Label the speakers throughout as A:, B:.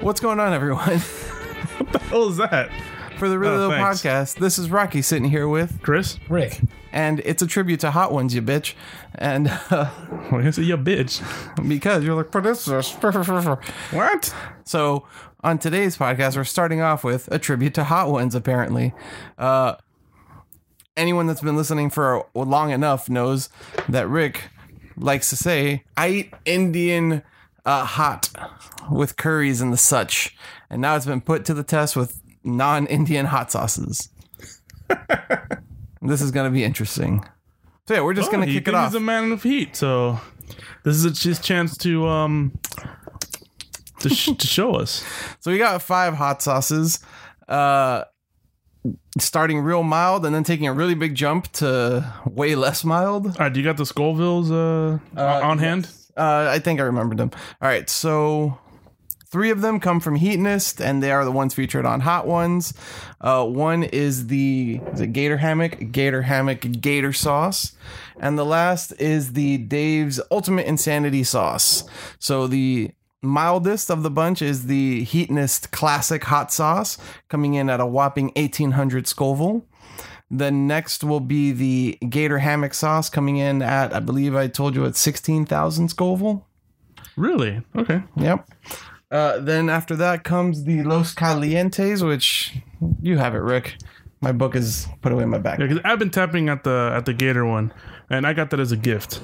A: What's going on, everyone?
B: the hell is that?
A: For the Really
B: Oh,
A: Low
B: thanks.
A: Podcast, this is Rocky sitting here with,
B: Chris?
C: Rick.
A: and it's a tribute to Hot Ones, you bitch. And uh,
B: Well, I say your bitch.
A: because you're like producers.
B: What?
A: So on today's podcast, we're starting off with a tribute to Hot Ones. Apparently, uh, anyone that's been listening for long enough knows that Rick likes to say, "I eat Indian uh, hot with curries and the such," and now it's been put to the test with non-Indian hot sauces. this is going to be interesting. So yeah, we're just
B: Oh,
A: going to
B: he
A: kick it
B: thinks
A: off.
B: He's a man of heat, so this is a- his chance to um to, sh- to show us.
A: So we got five hot sauces, uh, starting real mild and then taking a really big jump to way less mild.
B: All right, do you got the Scovilles uh, on- on hand?
A: Uh, I think I remembered them. All right, so three of them come from Heatnist, and they are the ones featured on Hot Ones. Uh, one is the is it Gator Hammock, Gator Hammock, Gator Sauce, and the last is the Dave's Ultimate Insanity Sauce. So the mildest of the bunch is the Heatnist Classic Hot Sauce, coming in at a whopping eighteen hundred Scoville. The next will be the Gator Hammock sauce coming in at, I believe I told you, at 16,000 Scoville.
B: Really? Okay.
A: Yep. Uh, then after that comes the Los Calientes, which you have it, Rick. My book is put away in my back.
B: Yeah, because I've been tapping at the at the Gator one, and I got that as a gift.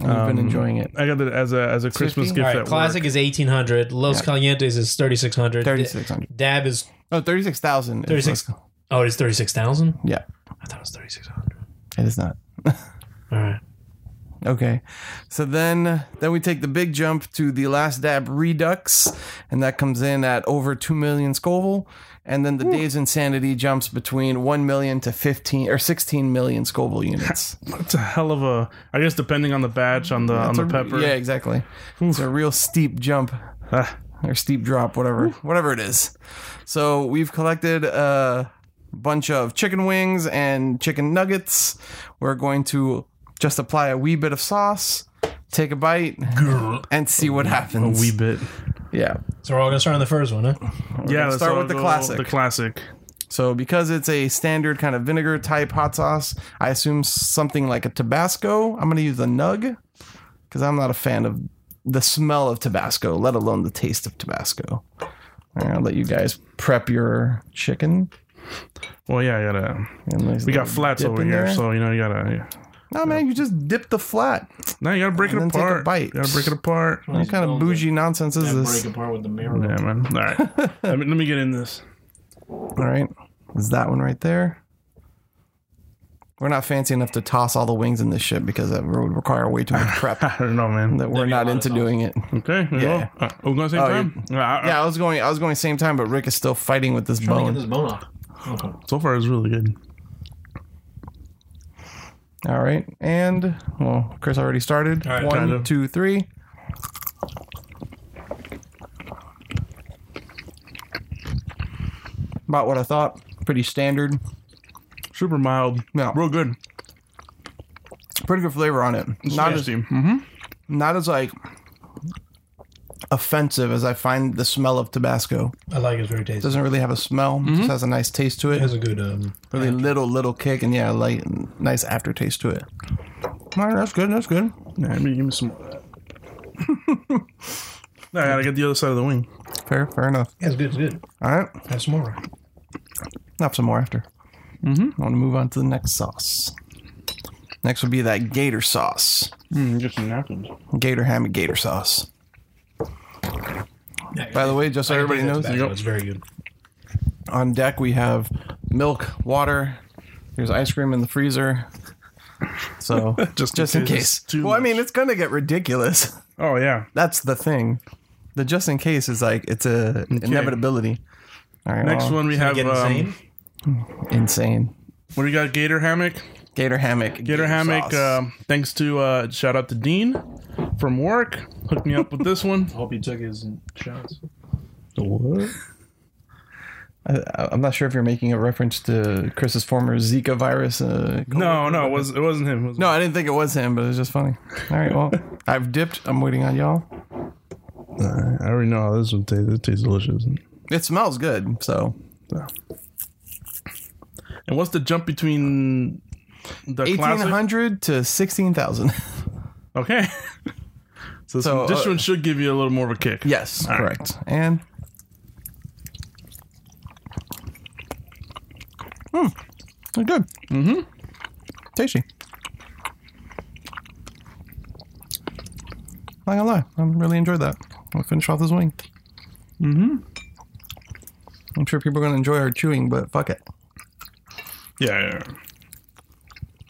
A: I've been enjoying it.
B: I got that as a as a Christmas
A: 50?
B: gift.
C: All
B: at
C: right, classic
B: work.
C: is 1800. Los Calientes is 3600.
A: 3,600.
C: Dab is
A: Oh, 36,000. is
C: 36.
A: Los-
C: Oh, it's 36,000?
A: Yeah,
C: I thought it was 3600.
A: it is not.
C: All right.
A: Okay. So then then we take the big jump to the last dab redux, and that comes in at over two million Scoville. And then the Dave's Insanity jumps between one million to fifteen or sixteen million Scoville units.
B: That's a hell of a. I guess depending on the batch, on the on
A: It's
B: the
A: a-
B: pepper.
A: Yeah, exactly. It's a real steep jump
B: Ah,
A: or steep drop, whatever, whatever it is. So we've collected a bunch of chicken wings and chicken nuggets. We're going to just apply a wee bit of sauce, take a bite, and see what
B: a
A: happens.
B: wee bit.
A: Yeah.
C: So we're all going to start on the first one, huh?
B: yeah,
A: gonna
B: let's
A: start
B: all
A: with the
B: go
A: classic.
B: The classic.
A: So because it's a standard kind of vinegar type hot sauce, I assume something like a Tabasco. I'm going to use a nug because I'm not a fan of the smell of Tabasco, let alone the taste of Tabasco. All right, I'll let you guys prep your chicken.
B: Well, yeah, I gotta.
A: And there's
B: We
A: a
B: got flats
A: dip
B: over
A: in
B: here,
A: there.
B: so you know you gotta. Yeah.
A: no man, you just dip the flat.
B: No, you gotta break it
A: And then take a
B: apart.
A: bite. Oh,
B: You gotta break it apart.
A: What kind of bougie nonsense is this?
C: apart with the
B: Yeah,
C: mirror.
B: man. All right. let, me, let me get in this.
A: All right, is that one right there? We're not fancy enough to toss all the wings in this shit because that would require way too much prep.
B: I don't know, man.
A: That we're
C: be a
A: not
C: lot of
A: into
C: sauce.
A: doing it.
B: Okay. we
A: Yeah.
B: go. Uh, are we going to same
A: Oh,
B: time? Yeah. I- I-
A: Yeah, I was going. I was going same time, but Rick is still fighting with this bone.
C: bone off.
B: So far, it's really good.
A: All right, and well, Chris already started.
C: right,
A: One,
B: kinda.
A: two, three. About what I thought. Pretty standard.
B: Super mild.
A: Yeah.
B: Real good.
A: Pretty good flavor on it. Not as
B: Mm-hmm.
A: not as like offensive as I find the smell of Tabasco.
C: I like it. It's very tasty.
A: Doesn't really have a smell. Just Mm-hmm. has a nice taste to
C: It
A: it.
C: has a good, um,
A: really little little kick and yeah like nice aftertaste to it all right that's good that's good
B: Yeah, let me give me some more of that. No, I gotta get the other side of the wing.
A: fair fair enough
C: yeah, it's good. It's good.
A: all right
C: Have some more.
A: I'll have some more after i want to move on to the next sauce next would be that gator sauce
B: Mm, get some napkins.
A: gator ham and gator sauce by the way just so everybody knows
C: Tabasco, It's very good.
A: on deck we have milk water there's ice cream in the freezer so
B: Just
A: just,
B: in
A: just in
B: case
A: case,
B: it's too
A: well i
B: much.
A: mean it's gonna get ridiculous
B: Oh, yeah.
A: that's the thing the just in case is like it's a inevitability all right
B: Next
A: well,
B: one we have.
C: Get
B: Um,
C: insane?
A: insane.
B: what do we got? Gator hammock.
A: Gator hammock.
B: Gator hammock. Um, thanks to uh, shout out to Dean from work. Hooked me up with this one.
C: hope he took his shots.
A: what? I, I'm not sure if you're making a reference to Chris's former Zika virus. Uh,
B: No, no, it was it wasn't him. It was
A: no, I didn't think it was him, but it was just funny. All right, well, I've dipped. I'm waiting on y'all.
B: Uh, I already know how this one tastes. It tastes delicious.
A: It smells good, so
B: And what's the jump between the
A: eighteen
B: classic?
A: hundred to sixteen thousand.
B: Okay. so this,
A: So,
B: one, this
A: uh,
B: one should give you a little more of a kick.
A: yes,
B: All right.
A: correct. And hmm, they're good. Mm-hmm. Tasty. Not gonna lie, I really enjoyed that. I'll finish off this wing. Mm-hmm. I'm sure people are gonna enjoy our chewing, but fuck it.
B: Yeah. yeah, yeah.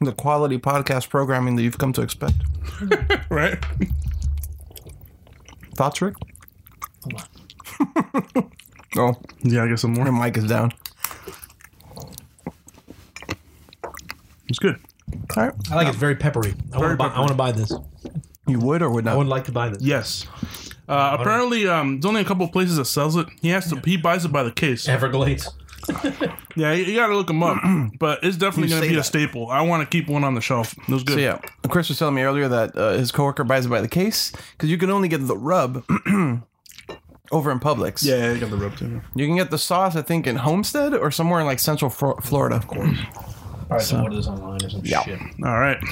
A: The quality podcast programming that you've come to expect.
B: Right.
A: Thoughts, Rick?
C: Hold on.
A: Oh,
B: Yeah, I guess some
A: your
B: more.
A: mic is down.
B: It's good.
A: All right.
C: I like it. It's very peppery. I want to buy. I want to buy this.
A: You would or would
C: I
A: not?
C: would like to buy this.
B: Yes. Uh, apparently, um, there's only a couple places that sells it. He has to. He buys it by the case.
C: Everglades.
B: Yeah, you, you got to look them up. but it's definitely
A: You
B: going to
A: say
B: be a
A: that.
B: staple. I want to keep one on the shelf. It was good.
A: So yeah, Chris was telling me earlier that uh, his coworker buys it by the case because you can only get the rub over in Publix.
B: Yeah, you got the rub too.
A: You can get the sauce, I think, in Homestead or somewhere in like Central Fro- Florida. Of course.
C: All right, so, order this online or some shit.
B: All right.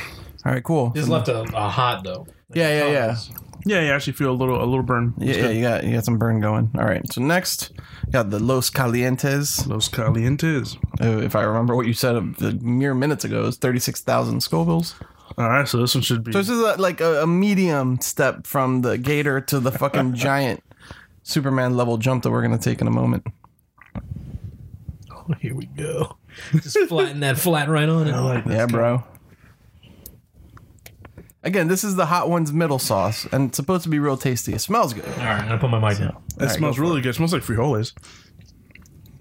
A: All right, cool.
C: Just left a, a hot though.
A: Yeah, yeah, yeah.
B: Yeah, you actually feel a little a little burn.
A: Yeah, yeah, you got you got some burn going. All right, so next, you got the Los Calientes.
B: Los calientes.
A: Uh, If I remember what you said a the mere minutes ago, is thirty six thousand Scovilles.
B: All right, so this one should be.
A: So this is a, like a, a medium step from the gator to the fucking giant Superman level jump that we're gonna take in a moment.
C: Oh, here we go. Just flatten that flat right on it.
A: yeah, bro. Again, this is the hot one's middle sauce, and it's supposed to be real tasty. It smells good.
C: All right, I'm gonna put my mic down.
B: it smells really good. It smells like frijoles.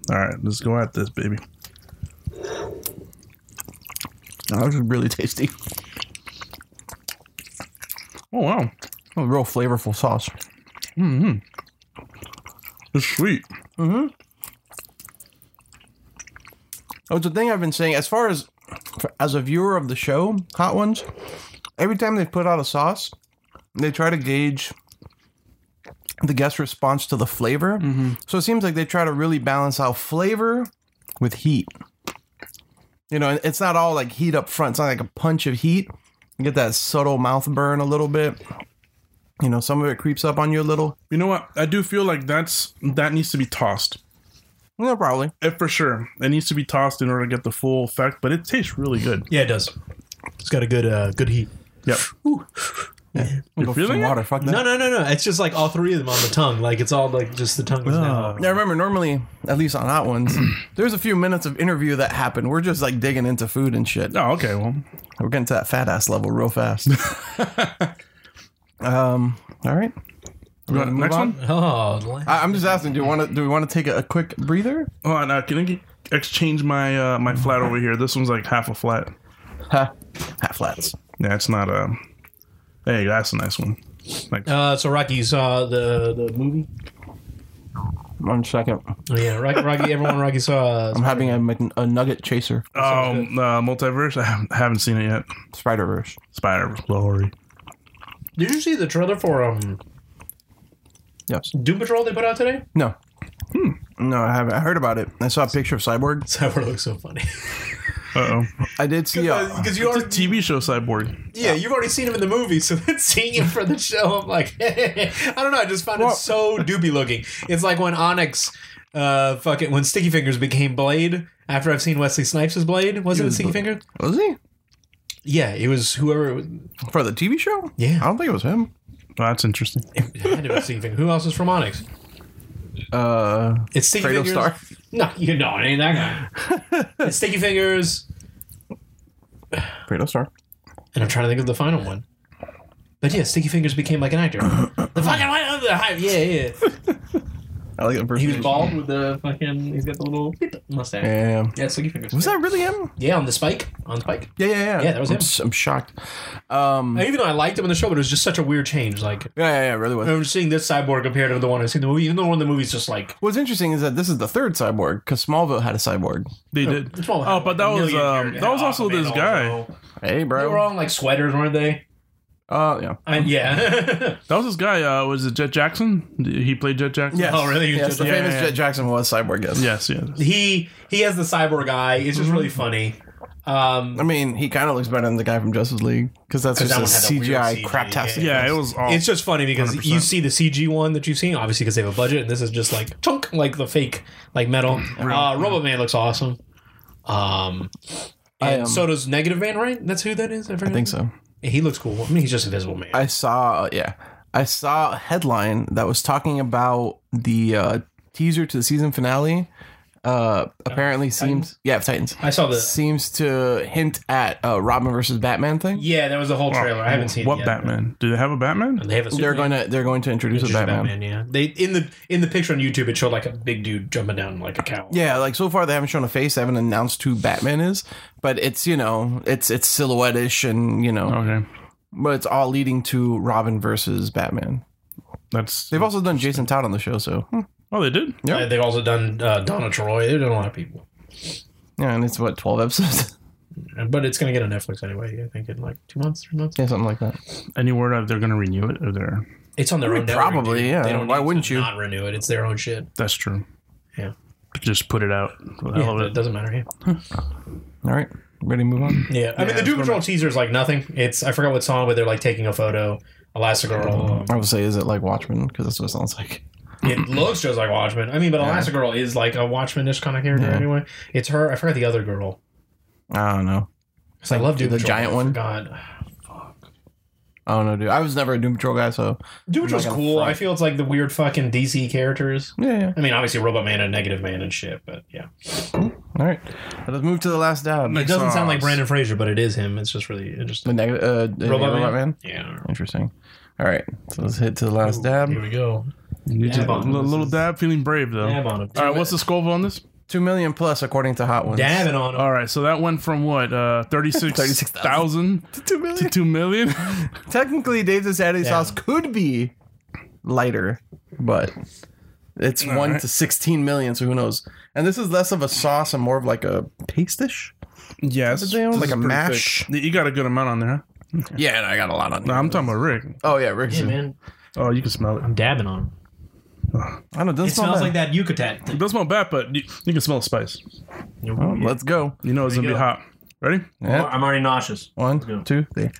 B: All right, let's go at this, baby.
A: Oh, this is really tasty.
B: Oh wow,
A: A real flavorful sauce.
B: it's sweet.
A: Oh, it's a thing I've been saying. As far as as a viewer of the show, Hot Ones, every time they put out a sauce, they try to gauge the guest response to the flavor.
B: Mm-hmm.
A: So it seems like they try to really balance out flavor with heat. You know, it's not all like heat up front. It's not like a punch of heat. You get that subtle mouth burn a little bit. You know, some of it creeps up on you a little.
B: You know what? I do feel like that's that needs to be tossed.
A: No, probably.
B: It for sure. It needs to be tossed in order to get the full effect, but it tastes really good.
C: Yeah, it does. It's got a good uh, good heat.
B: Yep.
A: I'll go for some
B: feeling it?
A: water. Fuck that.
C: No, no, no, no. It's just like all three of them on the tongue. Like it's all like just the tongue is now.
A: Now remember, normally, at least on hot ones, there's a few minutes of interview that happen. We're just like digging into food and shit.
B: Oh, okay. Well,
A: We're getting to that fat ass level real fast. um, all right.
B: you want
A: move
B: next
A: on?
B: one.
C: Oh, the la-
A: I, I'm just asking. Do you want to? Do we want to take a, a quick breather?
B: Hold on. Uh, can I get, exchange my uh, my flat over here? This one's like half a flat.
A: Ha, half flats.
B: Yeah, it's not a. Hey, that's a nice one. Like,
C: uh, so Rocky you saw the the movie.
A: One second.
C: Oh, yeah, Rocky, Rocky. Everyone, Rocky saw.
A: I'm
C: Uh,
A: having a, Mc- a nugget chaser.
B: oh, uh, multiverse. I haven't, haven't seen it yet.
A: Spider Verse.
B: Spider Glory.
C: did you see the trailer for um
A: Yes.
C: Doom Patrol they put out today?
A: No. Hmm. No, I haven't. I heard about it. I saw a picture of Cyborg.
C: Cyborg looks so funny.
B: Uh oh.
A: I did see. uh, A,
C: you
B: It's a TV show cyborg. Oh,
C: Yeah, you've already seen him in the movie, so then seeing him for the show, I'm like, I don't know. I just found it so doobie looking. It's like when Onyx, uh, fucking when Sticky Fingers became Blade. After I've seen Wesley Snipes as Blade, wasn't it
A: was
C: Sticky
A: Blade.
C: Fingers?
A: was he
C: Yeah, it was whoever. It was,
A: for the TV show?
C: Yeah.
A: I don't think it was him.
B: Oh, that's interesting.
C: it had to be Sticky Fingers. Who else was from Onyx?
A: Uh,
C: It's Sticky
A: Fredo
C: Fingers.
A: Starr.
C: No, you know it ain't that guy. it's Sticky Fingers,
A: Fredo Star.
C: and I'm trying to think of the final one. But yeah, Sticky Fingers became like an actor. The fucking one of the hype. Yeah, yeah.
A: I like the
C: He was bald with the fucking. He's got the little mustache.
A: Yeah.
C: Yeah, Sticky Fingers.
A: Was that really him?
C: Yeah, on the spike. On spike.
A: Yeah, yeah, yeah.
C: Yeah, that was
A: I'm,
C: him.
A: s- I'm shocked. Um, yeah,
C: Even though I liked him in the show, but it was just such a weird change. Like
A: yeah, yeah, it really was.
C: I'm seeing this cyborg compared to the one I've seen in the movie. Even though one in the movie's just like
A: What's interesting is that this is the third cyborg because Smallville had a cyborg.
B: They did.
C: it's all-
B: Oh, but that
C: a
B: was
C: million
B: um,
C: characters. Ah,
B: that was also
C: Aquaman
B: this guy.
C: also.
A: Hey,
C: They were
A: bro.
C: all in like sweaters, weren't they?
A: Uh, yeah.
C: I, yeah.
B: That was this guy. Uh, was it Jet Jackson? He played Jet Jackson.
A: Yes.
C: Oh, really? You
A: Yes,
C: just-
A: the
B: yeah,
A: famous
B: yeah.
A: Jet Jackson was Cyborg. Yes.
B: Yes. Yes.
C: he he has the cyborg eye. It's just really funny. Um,
A: I mean, he kind of looks better than the guy from Justice League because that's
C: 'Cause
A: just a
C: that one had that
A: CGI,
C: weird
A: crap test.
C: CGI,
B: Yeah. It was. All,
C: it's just funny because
B: 100%.
C: you see the CG one that you've seen, obviously because they have a budget, and this is just like chunk, like the fake, like metal. Uh, Robot Man looks awesome. Um,
A: I,
C: and
A: um,
C: so does Negative Man, right? That's who that is. I,
A: I think so.
C: He looks cool. I mean, he's just Invisible Man.
A: I saw, uh, yeah, I saw a headline that was talking about the uh, teaser to the season finale. Uh, apparently seems yeah Titans
C: I saw the
A: seems to hint at uh, Robin versus Batman thing.
C: yeah. There was a whole trailer. I haven't seen
B: What
C: it yet.
B: Batman? Do they have a Batman?
C: They have a
A: They're
C: Superman.
A: going to they're going to introduce,
C: Just
A: a Batman.
C: yeah. They in the in the picture on YouTube, it showed like a big dude jumping down like a cow.
A: Yeah, like so far they haven't shown a face, they haven't announced who Batman is, but it's you know it's it's silhouettish and you know
C: Oh.
B: Okay.
A: but it's all leading to Robin versus Batman.
B: That's.
A: They've also done Jason Todd on the show, so hmm,
B: Oh, they did.
A: Yeah.
C: Uh, They've also done uh, Donna Troy. They've done a lot of people,
A: yeah, and it's what twelve episodes,
C: but it's gonna get on Netflix anyway. I think in like two months, three months.
A: yeah, something like that.
B: Any word of they're going to renew it? Or they're.
C: It's on their own. network,
A: probably,
C: dude.
A: yeah.
C: They don't
A: Why
C: need to
A: wouldn't you?
C: not renew it? It's their own shit.
B: That's true.
C: Yeah.
B: Just put it out. For the
C: Yeah,
B: hell of
C: it
B: it.
C: doesn't matter. Yeah.
A: All right, ready to move on.
C: Yeah, I mean the Doom Patrol teaser is like nothing. It's I forgot what song, but they're like taking a photo. Elastigirl.
A: I would say, is it like Watchmen? Because that's what it sounds like.
C: it looks just like Watchmen. I mean, but Elastigirl is like a Watchman-ish kind of character
A: Yeah.
C: anyway. It's her. I forgot the other girl.
A: I don't know.
C: 'Cause I love Doom
A: the
C: Patrol.
A: giant one?
C: God,
A: I don't know, dude. I was never a Doom Patrol guy, so
C: Doom Patrol's
A: gonna
C: cool.
A: front.
C: I feel it's like the weird fucking DC characters.
A: yeah. yeah.
C: I mean, obviously Robot Man and Negative Man and shit, but yeah,
A: All right, let's move to the last dab.
C: it doesn't sound like
B: sauce.
C: Brandon Fraser, but it is him. It's just really
A: The
C: interesting.
A: negative uh, the
C: Robot
A: Robot,
C: Man?
A: Man.
C: Yeah.
A: Interesting. All right, so let's hit to the last
C: Here
A: dab.
C: we go.
B: Just
C: Dab
B: a
C: on him.
B: little,
C: This
B: little
C: is-
B: dab, feeling brave though.
C: Dab on him.
B: All right, what's the Scoville on this?
A: Two million plus, according to Hot Ones.
C: Dabbing on him.
B: All right, so that went from what uh, thirty six thousand
A: Two million.
B: to two million.
A: Technically, Dave's and Saturday
C: Damn.
A: sauce could be lighter, but it's one
B: right.
A: to sixteen million. So who knows? And this is less of a sauce and more of like a pastish.
B: yes,
A: Damn,
B: this
A: like
B: is
A: a
B: pretty
A: mash.
B: thick. You got a good amount on there. Huh?
A: Yeah, and I got a lot on.
B: No, I'm talking about Rick.
A: Oh yeah, Rick's.
C: Yeah, man.
B: Oh, you can smell it.
C: I'm dabbing on him.
A: I don't know. Doesn't
C: It smells like that Yucatan.
B: It doesn't smell bad, but you, you can smell the spice.
A: Oh, Let's go.
B: You know it's
C: There
B: gonna
C: you
B: be
C: go.
B: hot. Ready?
A: Yeah.
C: I'm already nauseous.
A: One, two, three.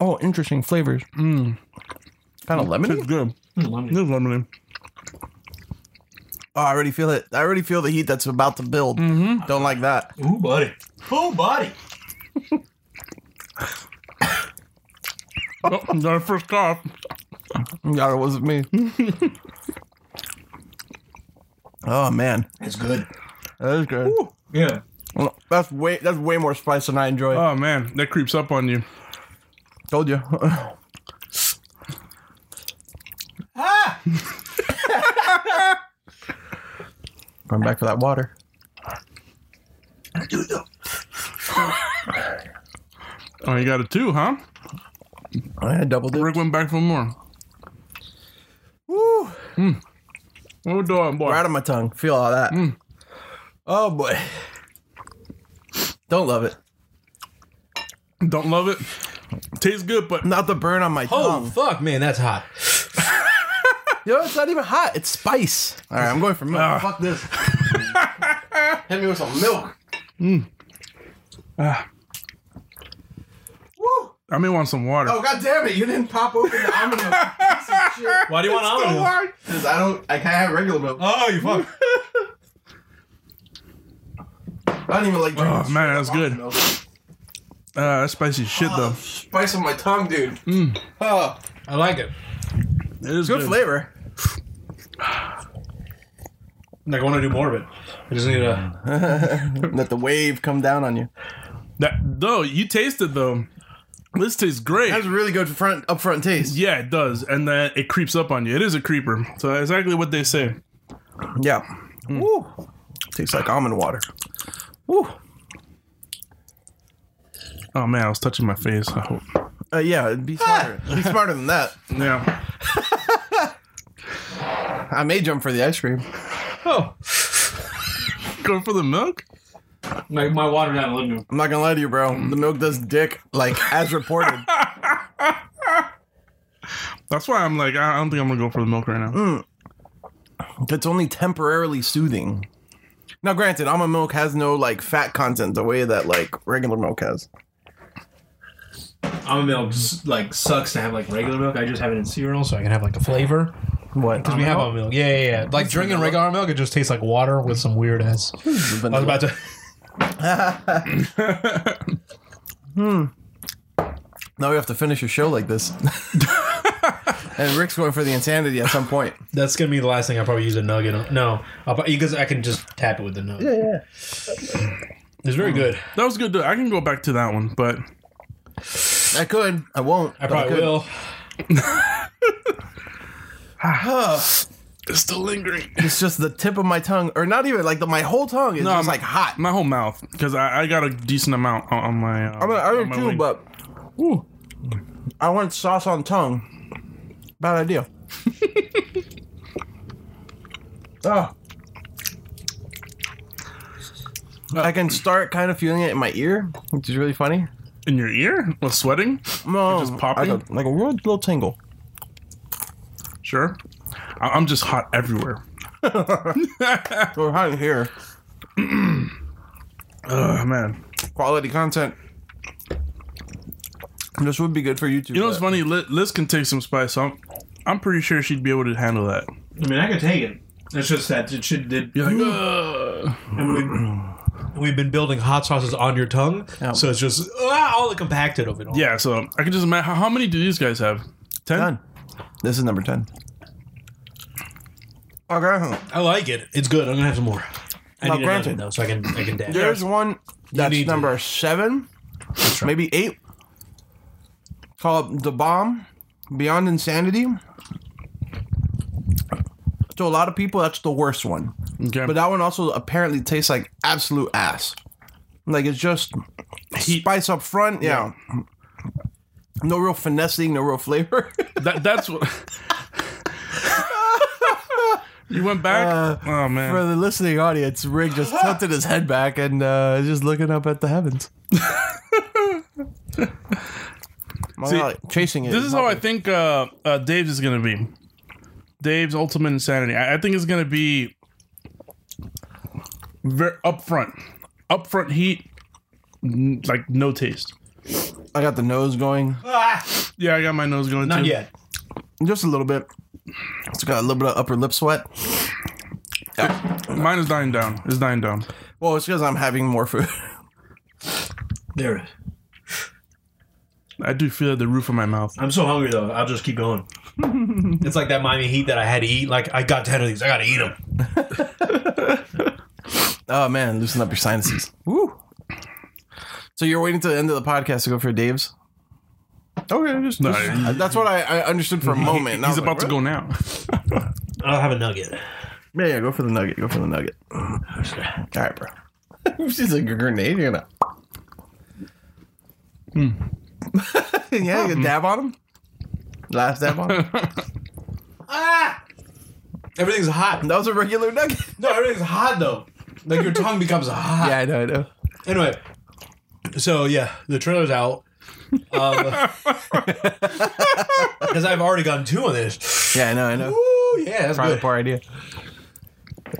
A: Oh, interesting flavors. Kind of lemony.
B: It's Mm. good. It's
C: Lemony.
B: lemony.
A: Oh, I already feel it. I already feel the heat that's about to build.
C: Mm.
A: Don't like that.
C: Ooh, buddy. Ooh, buddy.
B: Oh, got a first cough.
A: God, it wasn't me. oh man,
C: It's good.
A: that is good.
C: Yeah.
A: That's way that's way more spice than I enjoy.
B: Oh man, that creeps up on you.
A: Told you.
C: Ah!
A: Going back for that water.
C: Here we go.
B: Oh, you got a two, huh?
A: I had double dip.
B: Rick went back for more.
A: Woo!
B: Oh, dog, boy.
A: Right on my tongue. Feel all that. Oh boy. Don't love it.
B: Don't love it. Tastes good, but
A: Not the burn on my
C: Oh,
A: tongue.
C: fuck, man, that's hot.
A: Yo, it's not even hot. It's spice. All right, I'm going for milk.
B: Ah.
A: Fuck this. Hit me with some milk.
B: ah,
A: Woo!
B: I may want some water.
A: Oh god damn it! You didn't pop open the almond milk. Piece of shit.
C: Why do you want almond milk?
A: Because I don't. I can't have regular milk.
C: Oh, you fuck.
A: I don't even like. drinking
B: Oh,
A: straight
B: man,
A: up
B: that's good.
A: almond milk.
B: Uh, that's spicy shit though.
A: Spice on my tongue, dude. Oh,
C: I like it.
B: It is
A: good flavor.
C: Like, I want to do more of it. I just need a.
A: Let the wave come down on you.
B: That though, you taste it though. This tastes great.
A: That's a really good front up front taste.
B: yeah, it does, and then it creeps up on you. It is a creeper. So exactly what they say.
A: Yeah. Woo. Tastes like almond water. Mm. Woo.
B: Oh man, I was touching my face. I hope.
A: Uh, yeah, be smarter. be smarter than that.
B: Yeah.
A: I may jump for the ice cream.
C: Oh.
B: Go for the milk.
D: my, my water down the living room.
A: I'm not gonna lie to you, bro. The milk does dick, like as reported.
B: That's why I'm like, I I don't think I'm gonna go for the milk right now.
A: It's only temporarily soothing. Now, granted, almond milk has no like fat content the way that like regular milk has.
D: Almond milk just like sucks to have like regular milk. I just have it in cereal.
C: Cereal, so I can have like a flavor.
A: What?
C: Because we have almond milk. Yeah, yeah, yeah. Like drinking regular almond milk, it just tastes like water with some weird ass. I was about to.
A: Now we have to finish a show like this. and Rick's going for the insanity at some point.
C: That's gonna be the last thing I probably use a nugget. on. No, I'll probably, because I can just tap it with the nugget. Yeah, yeah. It's very good.
B: That was good. Though. I can go back to that one, but
A: I could. I won't.
C: I probably will.
B: it's still lingering.
A: It's just the tip of my tongue, or not even like the, my whole tongue is just
B: my-
A: like hot.
B: My whole mouth, because I, I got a decent amount on, on my. Uh,
A: I'm an
B: on
A: other
B: my
A: too,
B: wing.
A: but ooh, I want sauce on tongue. Bad idea. oh. I can start kind of feeling it in my ear, which is really funny.
B: in your ear with sweating.
A: No,
B: just popping?
A: like a, like a real little tingle.
B: Sure, I, I'm just hot everywhere.
A: We're hot in here.
B: Oh man,
A: Quality content. This would be good for YouTube.
B: you know what's funny? Li- Liz can take some spice. So I'm, I'm pretty sure she'd be able to handle that.
D: I mean, I could take it. It's just that it should did.
B: You're like, "Ugh."
D: And we-
C: We've been building hot sauces on your tongue, so it's just ah, all the compacted of it all.
B: yeah. So I can just imagine how, how many do these guys have? Ten.
A: Done. This is number ten. Okay.
C: I like it. It's good. I'm gonna have some more. I
A: Now,
C: need another,
A: granted-
C: though, so I can I can dab.
A: There's one that's
C: need to-
A: number seven, maybe eight. Called The Bomb Beyond Insanity. To a lot of people, that's the worst one.
B: Okay.
A: But that one also apparently tastes like absolute ass. Like it's just spice up front. Yeah. No real finessing, no real flavor.
B: That, that's what. you went back. oh man.
A: Uh, For the listening audience, Rig just tilted his head back and uh, is just looking up at the heavens. My
B: See,
A: God, chasing it.
B: this is how I think uh, uh, Dave's is gonna be. Dave's ultimate insanity. I, I think it's gonna be very upfront, upfront heat, n- like no taste.
A: I got the nose going
D: Ah,
B: Yeah, I got my nose going
D: not
B: too.
D: yet.
A: just a little bit. It's got a little bit of upper lip sweat.
B: Mine is dying down. It's dying down.
A: Well, it's because I'm having more food.
D: There.
B: I do feel the roof of my mouth.
D: I'm so hungry though. I'll just keep going.
C: It's like that Miami Heat that I had to eat. Like I got ten of these. I gotta eat them.
A: Oh man, loosen up your sinuses. Woo. So you're waiting till the end of the podcast to go for Dave's? Okay, just,
B: No,
A: just- that's what I, I understood for a moment. and I
B: He's
A: was like,
B: about to
A: "What?"
B: go now.
C: I'll have a nugget.
A: Yeah, yeah, go for the nugget. Go for the nugget. All right, bro. She's like a grenade. You're gonna. Hmm. yeah, you dab on him. Last dab on him.
C: Ah, everything's hot.
A: That was a regular nugget.
C: No, everything's hot though. Like your tongue becomes hot.
A: Yeah, I know, I know.
C: Anyway, so yeah, the trailer's out. Because I've already gotten two on this.
A: Yeah, I know, I know.
C: Ooh, yeah, that's
A: Probably
C: good.
A: a poor idea.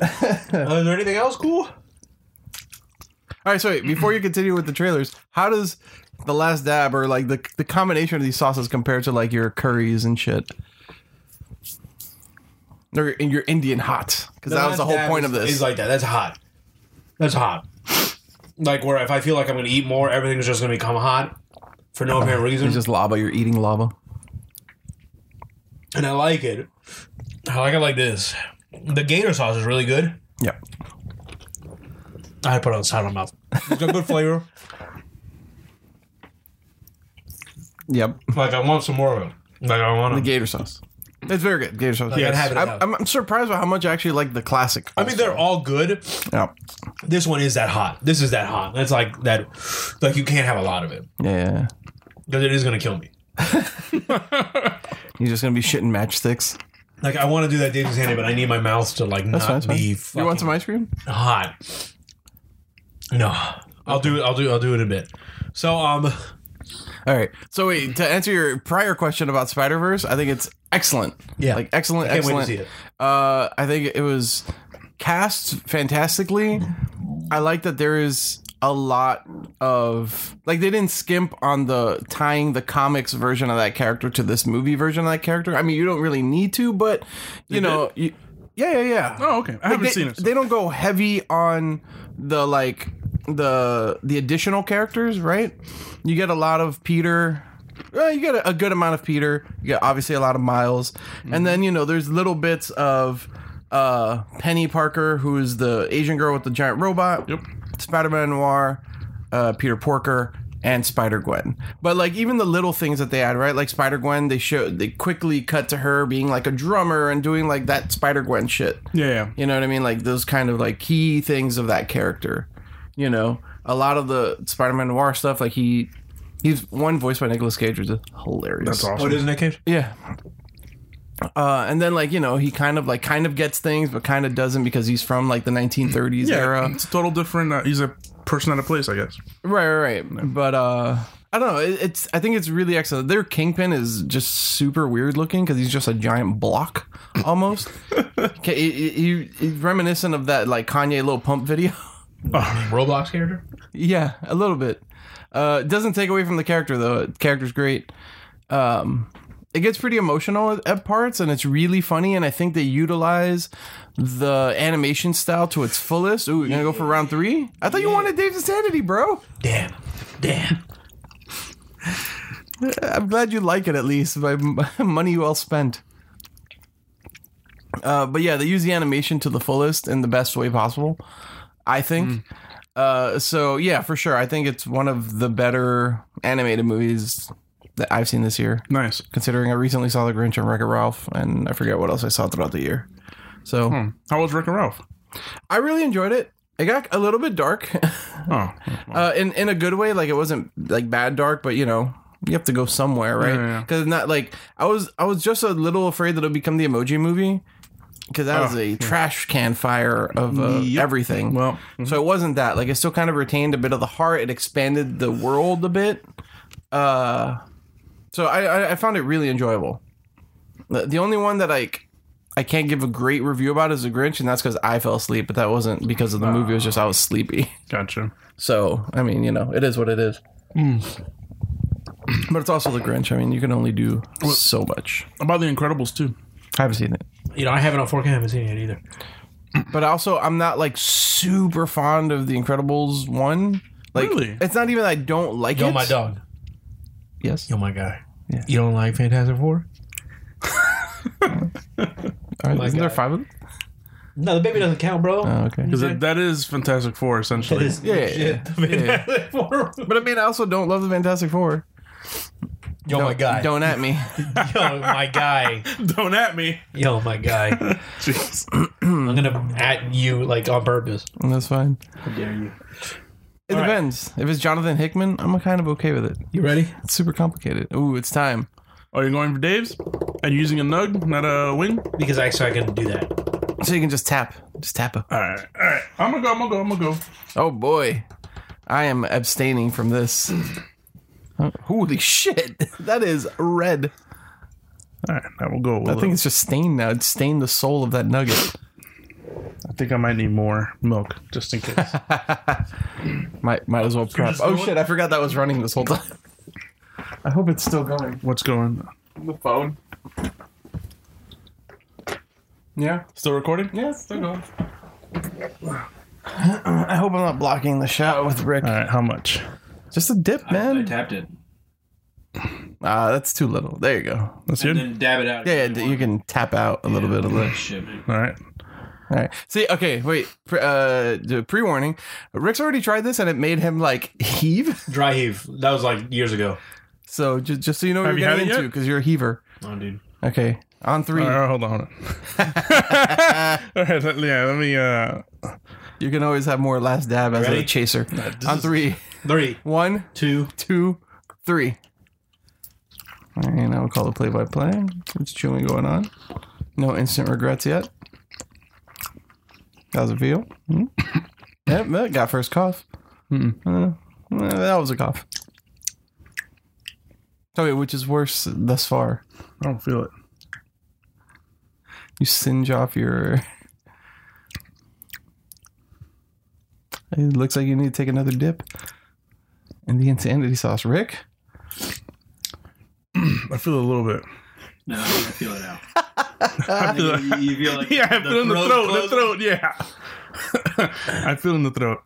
C: Uh, is there anything else cool?
A: All right, so wait, before you continue with the trailers, how does the last dab or like the the combination of these sauces compare to like your curries and shit? Or in your Indian hot, because that was the whole
C: Dab
A: point
C: is-
A: of this.
C: Is like that. That's hot. That's hot. Like where if I feel like I'm going to eat more, everything's just going to become hot for no apparent reason,
A: it's just lava. You're eating lava.
C: and I like it. I like it like this. The gator sauce is really good.
A: Yep.
C: I put it on the side of my mouth. It's got good flavor.
A: Yep.
C: Like I want some more of it. Like I want.
A: The gator sauce. It's very good. Gator sauce.
C: Yes.
A: I'm,
C: have it now.
A: I'm, I'm surprised by how much I actually like the classic.
C: I mean, they're all good.
A: yeah.
C: This one is that hot. This is that hot. It's like that. Like you can't have a lot of it
A: yeah.
C: because it is gonna kill me.
A: You're just gonna be shitting matchsticks.
C: Like I want to do that Dave's Handy, but I need my mouth to like
A: That's fine. That's
C: not
A: fine.
C: be
A: You want some
C: fucking
A: ice cream?
C: hot. No, I'll do. I'll do. I'll do it in a bit. So um,
A: All right. So wait, to answer your prior question about Spider Verse, I think it's excellent.
C: Yeah.
A: like excellent,
C: I can't wait to
A: excellent.
C: see it.
A: Uh, I think it was cast fantastically. I like that there is a lot of like they didn't skimp on the tying the comics version of that character to this movie version of that character. I mean, you don't really need to, but you know, you, yeah, yeah, yeah.
B: Oh, okay. I
A: Like,
B: haven't
A: they,
B: seen it.
A: They don't go heavy on the like the the additional characters, right? You get a lot of Peter. Well, you get a, a good amount of Peter. You get obviously a lot of Miles,
B: Mm-hmm.
A: and then you know there's little bits of uh, Penny Parker, who is the Asian girl with the giant robot.
B: Yep.
A: Spider-Man Noir, uh, Peter Porker, and Spider Gwen. But like even the little things that they add, right? Like Spider Gwen, they show they quickly cut to her being like a drummer and doing like that Spider Gwen shit.
B: yeah, yeah.
A: You know what I mean? Like those kind of like key things of that character. You know, a lot of the Spider-Man noir stuff, like he, he's one voiced by Nicolas Cage, which is hilarious.
B: That's awesome.
C: Oh, it is Nick Cage.
A: Yeah. Uh, and then like you know he kind of like kind of gets things but kind of doesn't because he's from like the 1930s
B: yeah,
A: era.
B: it's total different. Uh, he's a person out of place, I guess.
A: Right, right, right. But uh, I don't know. It, it's I think it's really excellent. Their kingpin is just super weird looking because he's just a giant block almost. Okay, he, he, he's reminiscent of that like Kanye Lil Pump video.
C: Roblox character.
A: yeah, a little bit. Uh, it doesn't take away from the character though. The character's great. Um, it gets pretty emotional at, at parts, and it's really funny. And I think they utilize the animation style to its fullest. Ooh, you gonna go for round three? I thought you wanted Dave's insanity, bro.
C: Damn. Damn.
A: I'm glad you like it at least. By money well spent. Uh, but yeah, they use the animation to the fullest in the best way possible. I think. Uh, so yeah, for sure. I think it's one of the better animated movies that I've seen this year.
B: Nice.
A: Considering I recently saw The Grinch and Wreck-It Ralph, and I forget what else I saw throughout the year. So
B: Hmm. How was Rick and Ralph?
A: I really enjoyed it. It got a little bit dark,
B: Oh,
A: uh, in in a good way. Like it wasn't like bad dark, but you know you have to go somewhere,
B: Yeah, yeah,
A: right?
B: yeah.
A: Because not like I was I was just a little afraid that it'll become the Emoji Movie because that was
B: Oh,
A: a trash can fire of uh,
B: Yep.
A: everything.
B: well, mhm.
A: So it wasn't that. Like it still kind of retained a bit of the heart. It expanded the world a bit. Uh, so I, I I found it really enjoyable. The the only one that like I can't give a great review about is The Grinch, and that's because I fell asleep. But that wasn't because of the movie. It was just I was sleepy.
B: gotcha.
A: So I mean, you know, it is what it is. Mm. But it's also The Grinch. I mean, you can only do so much.
B: About the Incredibles too.
A: I haven't seen it.
C: You know, I haven't on 4K. I haven't seen it either.
A: but also I'm not like super fond of The Incredibles one. Like
B: Really?
A: it's not even that I don't like
C: Yo,
A: it.
C: my dog.
A: Yes.
C: Yo, my guy.
A: Yeah.
C: You don't like Fantastic Four?
A: All right,
C: my
A: isn't there
C: God.
A: five of them?
C: No, the baby doesn't count, bro.
A: Oh, okay.
B: Because that is Fantastic Four essentially.
A: yeah, yeah, yeah.
C: Fantastic Four.
A: But I mean, I also don't love the Fantastic Four.
C: Yo, Oh, my guy.
A: Don't at me.
C: Yo, my guy.
B: Don't at me.
C: Yo, my guy.
B: Jeez.
C: I'm gonna at you like on purpose.
A: That's fine.
D: How dare you?
A: It
C: All right.
A: depends. If it's Jonathan Hickman, I'm kind of okay with it.
C: You ready?
A: It's super complicated. Ooh, it's time.
B: Are you going for Dave's? And you using a nug, not a wing?
C: Because I so I can do that.
A: So you can just tap. Just tap it.
B: All right, all right. I'm gonna go. I'm gonna go. I'm gonna go.
A: Oh boy. I am abstaining from this. Oh, Holy shit. That is red.
B: All right, I will go. With
A: I
B: it.
A: think it's just stained now. It's stained the soul of that nugget.
B: I think I might need more milk just in case.
A: Might might as well prep. Oh shit! I forgot that was running this whole time. I hope it's still going.
B: What's going? on?
A: The phone. Yeah.
B: Still recording?
A: Yeah, it's still going. I hope I'm not blocking the shot with Rick.
B: All right. How much?
A: Just a dip,
D: I
A: man.
D: tapped it.
A: Ah, that's too little. There you go.
B: That's
D: And
B: good.
D: then dab it out.
A: Yeah, yeah, you can tap out a little bit of this.
D: Shit, man.
B: all right.
A: All right. See, okay, wait. Pre- uh, pre warning. Rick's already tried this and it made him like heave.
C: Dry heave. That was like years ago.
A: So just just so you know what
B: Have
A: you're
B: you had
A: getting
B: it
A: into,
B: yet?
A: because you're a heaver.
C: Oh, dude.
A: Okay. On three,
B: All right. Hold on. Hold on. all right. Let, yeah. Let me. Uh.
A: you can always have more last dab as
C: Ready?
A: a chaser. On three,
C: Three,
A: one,
C: two.
A: two, three. All right, now we'll call the play by play. It's chewing going on. No instant regrets yet. Hmm. That was a feel. Mm. yep, that got first cough.
B: Hmm.
A: Uh, that was a cough. Okay, which is worse thus far?
B: I don't feel it.
A: You singe off your. It looks like you need to take another dip in the insanity sauce, Rick.
B: I feel it a little bit.
D: No, I feel it now.
B: I feel it.
D: You, you feel like
B: Yeah, I feel in the throat.
D: closing?
B: The throat. Yeah. I feel in the throat.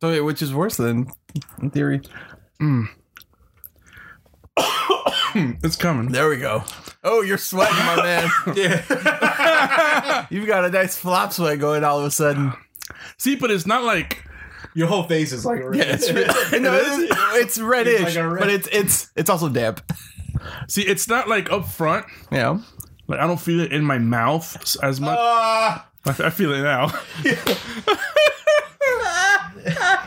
A: So, wait, which is worse then, in theory?
B: Hmm, It's coming.
A: There we go. Oh, you're sweating, my man. You've got a nice flop sweat going all of a sudden.
B: See, but it's not like
C: Your whole face is like red.
A: It's, re- no, it's, it's reddish,
C: It's like a red-
A: but it's it's it's also damp.
B: see, it's not like up front.
A: Yeah.
B: Like I don't feel it in my mouth s- as much.
C: Ah,
B: I f- I feel it now.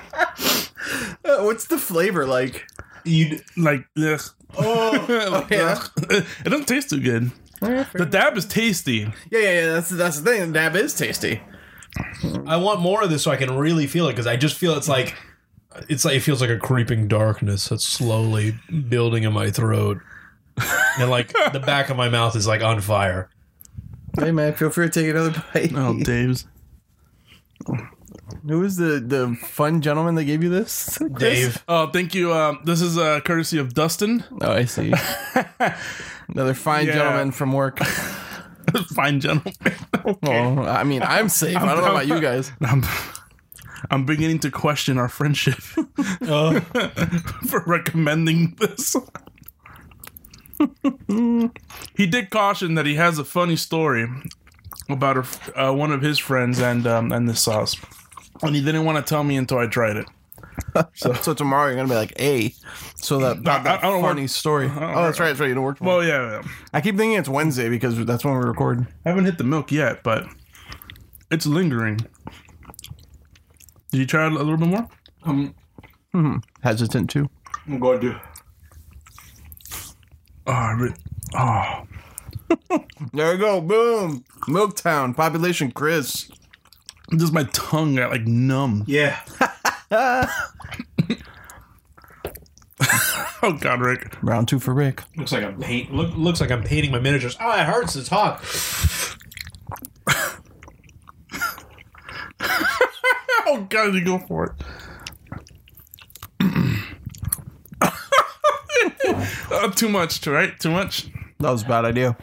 A: Uh, what's the flavor like?
C: you
B: like, ugh.
C: oh
B: Like,
A: yeah.
B: ugh. it doesn't taste too good.
A: Yeah,
B: The dab is tasty.
A: yeah, yeah. That's that's the thing. Dab is tasty.
C: I want more of this so I can really feel it because I just feel it's like it's like it feels like a creeping darkness that's slowly building in my throat. and like the back of my mouth is like on fire.
A: Hey man, feel free to take another bite.
B: Oh, Dave's.
A: Who is the the fun gentleman that gave you this?
C: Dave.
B: Oh, thank you. Um, this is uh, courtesy of Dustin.
A: Oh, I see. Another fine
B: Yeah.
A: gentleman from work.
B: Fine gentleman.
A: Well, I mean, I'm safe. I don't know about you guys.
B: I'm, I'm beginning to question our friendship
C: Oh,
B: for recommending this. he did caution that he has a funny story about a, uh, one of his friends and um, and this sauce, and he didn't want to tell me until I tried it.
A: So, tomorrow you're gonna be like, "Hey," so that,
B: I-
A: that
B: I don't work-
A: funny story. Oh, that's right. That's right. You don't work. tomorrow.
B: Well, yeah, yeah.
A: I keep thinking it's Wednesday because that's when we record.
B: I haven't hit the milk yet, but it's lingering. Did you try it a little bit more?
D: I'm,
A: Hesitant too.
D: Um, I'm going to.
B: Oh, I re- oh,
A: There you go. Boom. Milktown population, Chris.
B: just my tongue got like numb.
D: Yeah.
B: Oh God, Rick.
A: Round two for Rick.
D: Looks like I'm paint.
C: look, looks like I'm painting my miniatures. Oh, it hurts. It's hot.
B: Oh God, you go for it. Uh, too much, right? Too much.
A: That was a bad idea.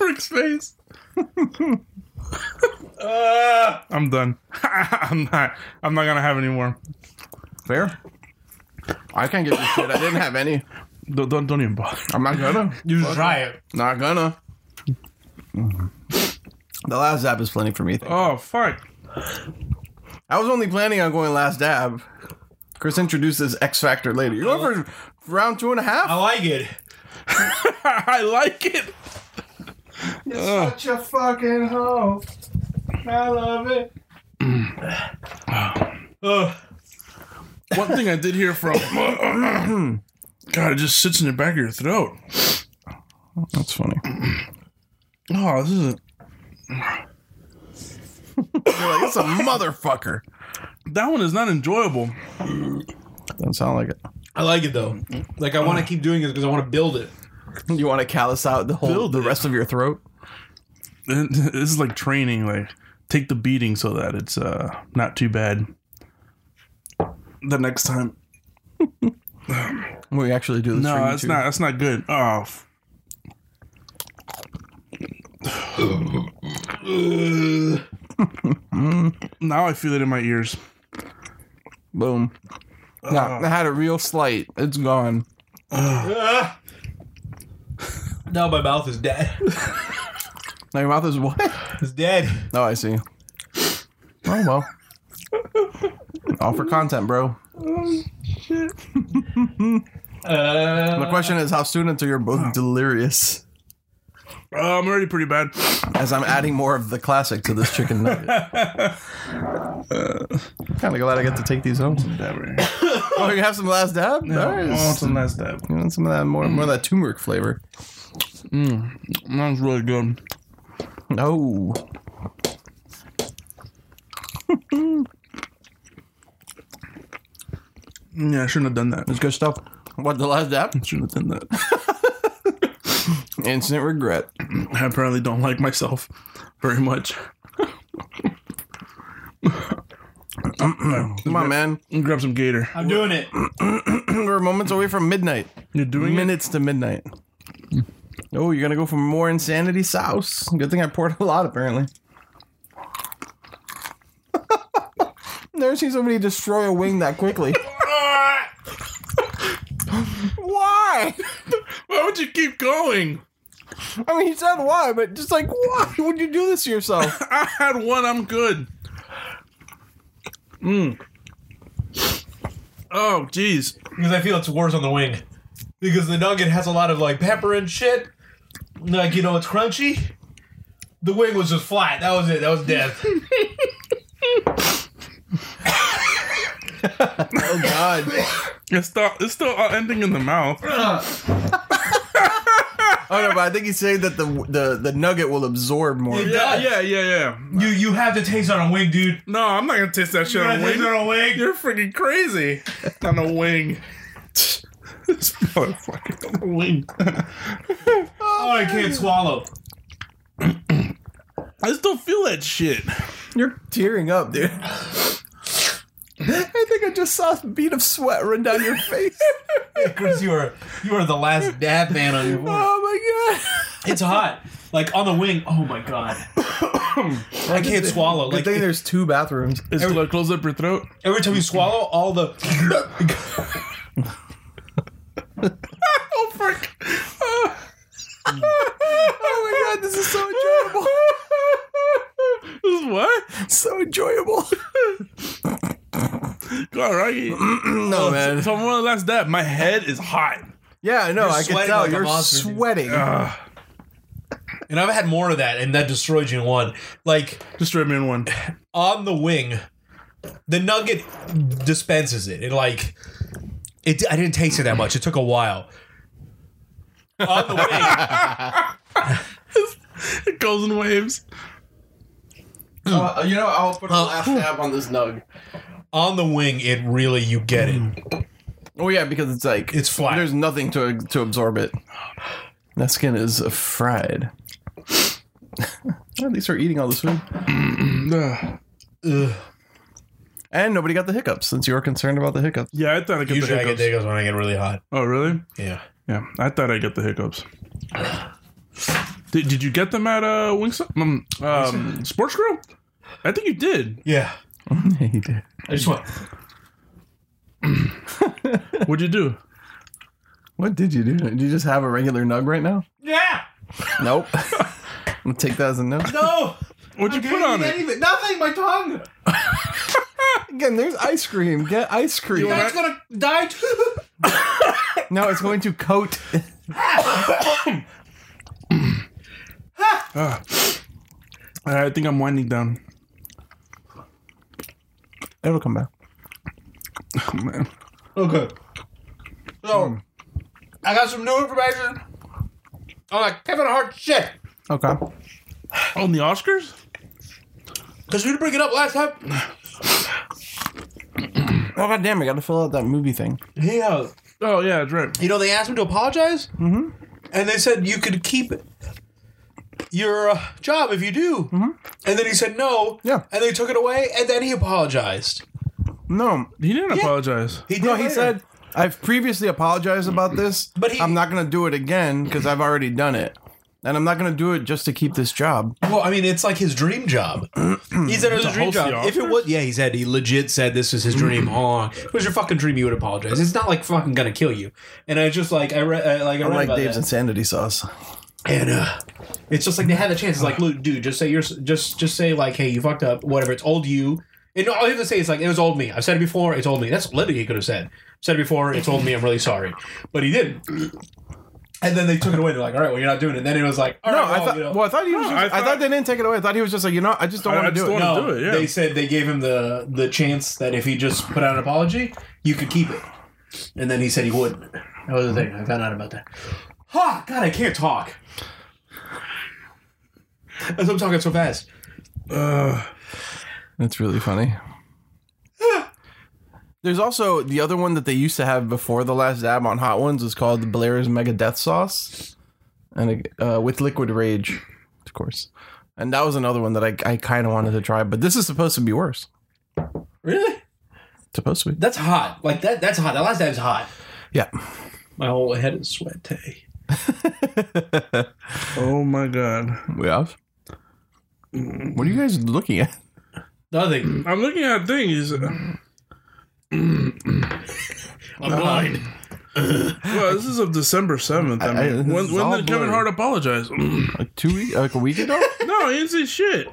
B: Rick's face. I'm done. I'm not. I'm not gonna have any more.
A: Fair. I can't get this shit. I didn't have any.
B: Don't don't, don't even bother.
A: I'm not gonna.
C: You should try it.
A: Not gonna. Mm-hmm. The last dab is plenty for me. thank you.
B: Oh fuck.
A: I was only planning on going last dab. Chris introduces X Factor later. You're going for round two and a
C: I
A: half?
C: like it.
B: I like it.
A: Such a fucking hoe.
C: I love it. oh,
B: One thing I did hear from. God, it just sits in the back of your throat.
A: That's funny.
B: Oh, this is
A: You're like, it's a motherfucker.
B: that one is not enjoyable.
A: Doesn't sound like it.
C: I like it though. Like I want to keep doing this because I want to build it.
A: You want to callus out the whole
B: Build
A: the
B: it.
A: rest of your throat?
B: This is like training. Like take the beating so that it's uh not too bad. The next time.
A: We actually do this. for
B: No,
A: you
B: that's
A: too.
B: not. That's not good. Oh. f- now I feel it in my ears.
A: Boom. Yeah, I had a real slight. It's gone.
C: Ah. Now my mouth is dead.
A: Now your mouth is what?
C: It's dead.
A: Oh, I see. Oh well. All for content, bro.
C: Uh,
A: The question is, how soon until you're both delirious?
B: Oh, I'm already pretty bad.
A: As I'm adding more of the classic to this chicken nugget. I'm kind of glad I get to take these home. Oh, you have some last dab.
B: Oh,
A: Nice.
B: it's the last step.
A: You want some of that more, more of that turmeric flavor?
B: That was really good.
A: No.
B: Yeah, I shouldn't have done that.
A: It's good stuff. What the last app?
B: I shouldn't have done that.
A: Instant regret.
B: I apparently don't like myself very much.
A: Come on, man.
B: Grab some gator.
D: I'm doing it.
A: We're moments away from midnight.
B: You're doing it.
A: Minutes to midnight. Oh, you're gonna go for more insanity sauce. Good thing I poured a lot, apparently. Never seen somebody destroy a wing that quickly. Why?
B: Why would you keep going?
A: I mean, he said why, but just like, why would you do this to yourself?
B: I had one. I'm good. Mm. Oh, jeez.
C: because I feel it's worse on the wing. Because the nugget has a lot of like pepper and shit. Like you know, it's crunchy. The wing was just flat. That was it. That was death.
A: Oh God!
B: It's still it's still all ending in the mouth.
A: Oh no, but I think he's saying that the the the nugget will absorb more.
B: Yeah, Oh, yeah, yeah, yeah.
C: you you have to taste on a wing, dude.
B: No, I'm not gonna taste that shit on a wing.
C: on a wing.
B: You're freaking crazy on a wing. this motherfucker on a wing.
C: Oh, I can't swallow.
B: I still feel that shit.
A: You're tearing up, dude. I think I just saw a bead of sweat run down your face.
C: Chris, you are you are the last dab man on your board.
A: oh
C: It's hot. Like on the wing. Oh my god. I can't
A: my
C: swallow.
A: god! I
C: Like
A: think there's two bathrooms.
B: Is it close up your throat?
C: every time you swallow, all the
B: Oh frick!
A: Oh my god, this is so enjoyable.
B: This is what?
A: so enjoyable.
B: God, right? Oh,
A: no man.
B: So one last dab. My head is hot.
A: Yeah, no, I can
C: sweating
A: tell
C: like a
A: you're
C: monster, dude.
A: sweating.
C: and I've had more of that, and that destroyed you in one. Like
B: Destroy me in one.
C: on the wing, the nugget dispenses it. It like it. I didn't taste it that much. It took a while. On the wing,
B: It goes in waves.
A: Uh, you know, I'll put a last tab on this nug.
C: on the wing, it really you get it.
B: Mm.
A: Oh yeah, because it's like
C: It's flat.
A: There's nothing to to absorb it. That skin is uh, fried. At least we're eating all this food,
B: Ugh.
A: and nobody got the hiccups since you were concerned about the hiccups.
B: Yeah, I thought I got
C: Usually,
B: the
C: I
B: hiccups.
C: get the hiccups when I get really hot.
B: oh, really?
C: Yeah.
B: Yeah, I thought I got the hiccups. Did, did you get them at uh, Wingstop? Um, um, Sports Grill? I think you did.
C: Yeah.
A: he did.
D: I just went.
B: What'd you do?
A: What did you do? Did you just have a regular nug right now?
C: Yeah.
A: Nope. I'm gonna take that as a no.
C: No.
B: What'd you put on it?
C: Nothing. My tongue.
A: Again, there's ice cream. Get ice cream.
B: want-
C: That's gonna die too.
A: No, it's going to coat.
B: Ah. I think I'm winding down.
A: It'll come back.
B: Oh, Mm. man.
C: Okay. So, I got some new information on like Kevin Hart shit.
A: Okay. Oh,
B: On the Oscars?
C: Because we didn't bring it up last time.
A: Oh god damn! I gotta fill out that movie thing.
C: Yeah.
B: Oh, yeah, that's right.
C: You know, they asked him to apologize. Mm-hmm. And they said, you could keep your uh, job if you do. Mm-hmm. And then he said no.
A: Yeah.
C: And they took it away. And then he apologized.
A: No,
B: He didn't apologize.
C: He did
A: No, he
C: later.
A: said, I've previously apologized about this,
C: But he-
A: I'm not going to do it again because I've already done it. And I'm not going to do it just to keep this job.
C: Well, I mean, it's like his dream job. he said it was a dream
B: host the
C: job. If it
B: Oscars?
C: was, yeah, he said he legit said this was his dream all along. If it was your fucking dream, you would apologize. It's not like fucking gonna kill you. And I just like I read, I, like I read
A: Like
C: about
A: Dave's
C: that.
A: insanity sauce.
C: and uh, it's just like they had the chance. It's
A: uh,
C: like, look, dude, just say you're just just say like, hey, you fucked up, whatever. It's old you. And all you have to say is like, it was old me. I've said it before. It's old me. That's literally he could have said. Said it before. It's old me. I'm really sorry, but he didn't. And then they took it away. They're like, all right, well, you're not doing it. And then it was like, all
A: No,
C: right,
A: I
C: well,
A: thought.
C: Oh, you know.
A: Well, I thought he was.
B: No,
A: just, I,
B: I
A: thought,
B: thought-
A: they didn't take it away. I thought he was just like, you know, I just don't
B: I-
A: want
B: I
A: to do
B: just
A: it.
B: wanna-
C: No,
B: do it, yeah.
C: they said they gave him the the chance that if he just put out an apology, you could keep it. And then he said he wouldn't. That was the thing. I found out about that. Ha! God, I can't talk. As I'm talking so fast.
B: Uh,
A: That's really funny. There's also the other one that they used to have before the last dab on hot ones was called Blair's Mega Death Sauce, and uh, with Liquid Rage, of course. And that was another one that I, I kind of wanted to try, but this is supposed to be worse.
C: Really?
A: Supposed to be.
C: That's hot. Like that. That's hot. That last dab's hot.
A: Yeah.
C: My whole head is sweat. Hey.
B: Oh my god.
A: We have. What are you guys looking at?
C: Nothing.
B: I'm looking at things.
C: I'm blind.
B: Well, this is of December 7th. I mean,
A: I- this
B: when,
A: is
B: when
A: all
B: did
A: blurry.
B: Kevin Hart apologize? no,
A: Like two weeks? Like a week ago?
B: he didn't say shit.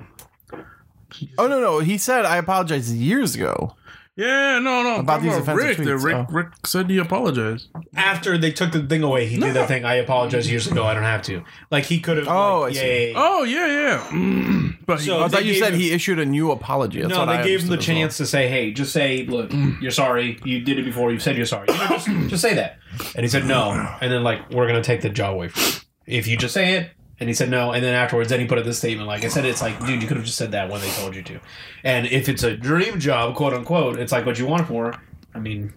A: oh no no! He said I apologized years ago.
B: Yeah, no, no. I'm
A: About
B: talking
A: these offensive
B: Rick, that
A: tweets,
B: Rick,
A: oh.
B: Rick said he apologized.
C: After they took the thing away, he did that thing. I apologize years ago. I don't have to. Like he could have.
A: Oh, I
C: like, yeah,
A: see.
C: yeah, yeah.
B: Oh, yeah, yeah. Mm, but he-
C: So-
A: I
C: They
A: thought you
C: gave
A: said
C: him-
A: he issued a new apology. That's
C: No,
A: what
C: they
A: I
C: gave him the
A: understood as well. Mm.
C: chance to say, "Hey, just say, look, you're sorry. You did it before. You said you're sorry. You know, just, just say that." And he said no. And then like, we're gonna take the job away from you if you just say it. And he said no. And then afterwards, then he put out this statement. Like I said, it's like, dude, you could have just said that when they told you to. And if it's a dream job, quote unquote, it's like what you want it for. I mean,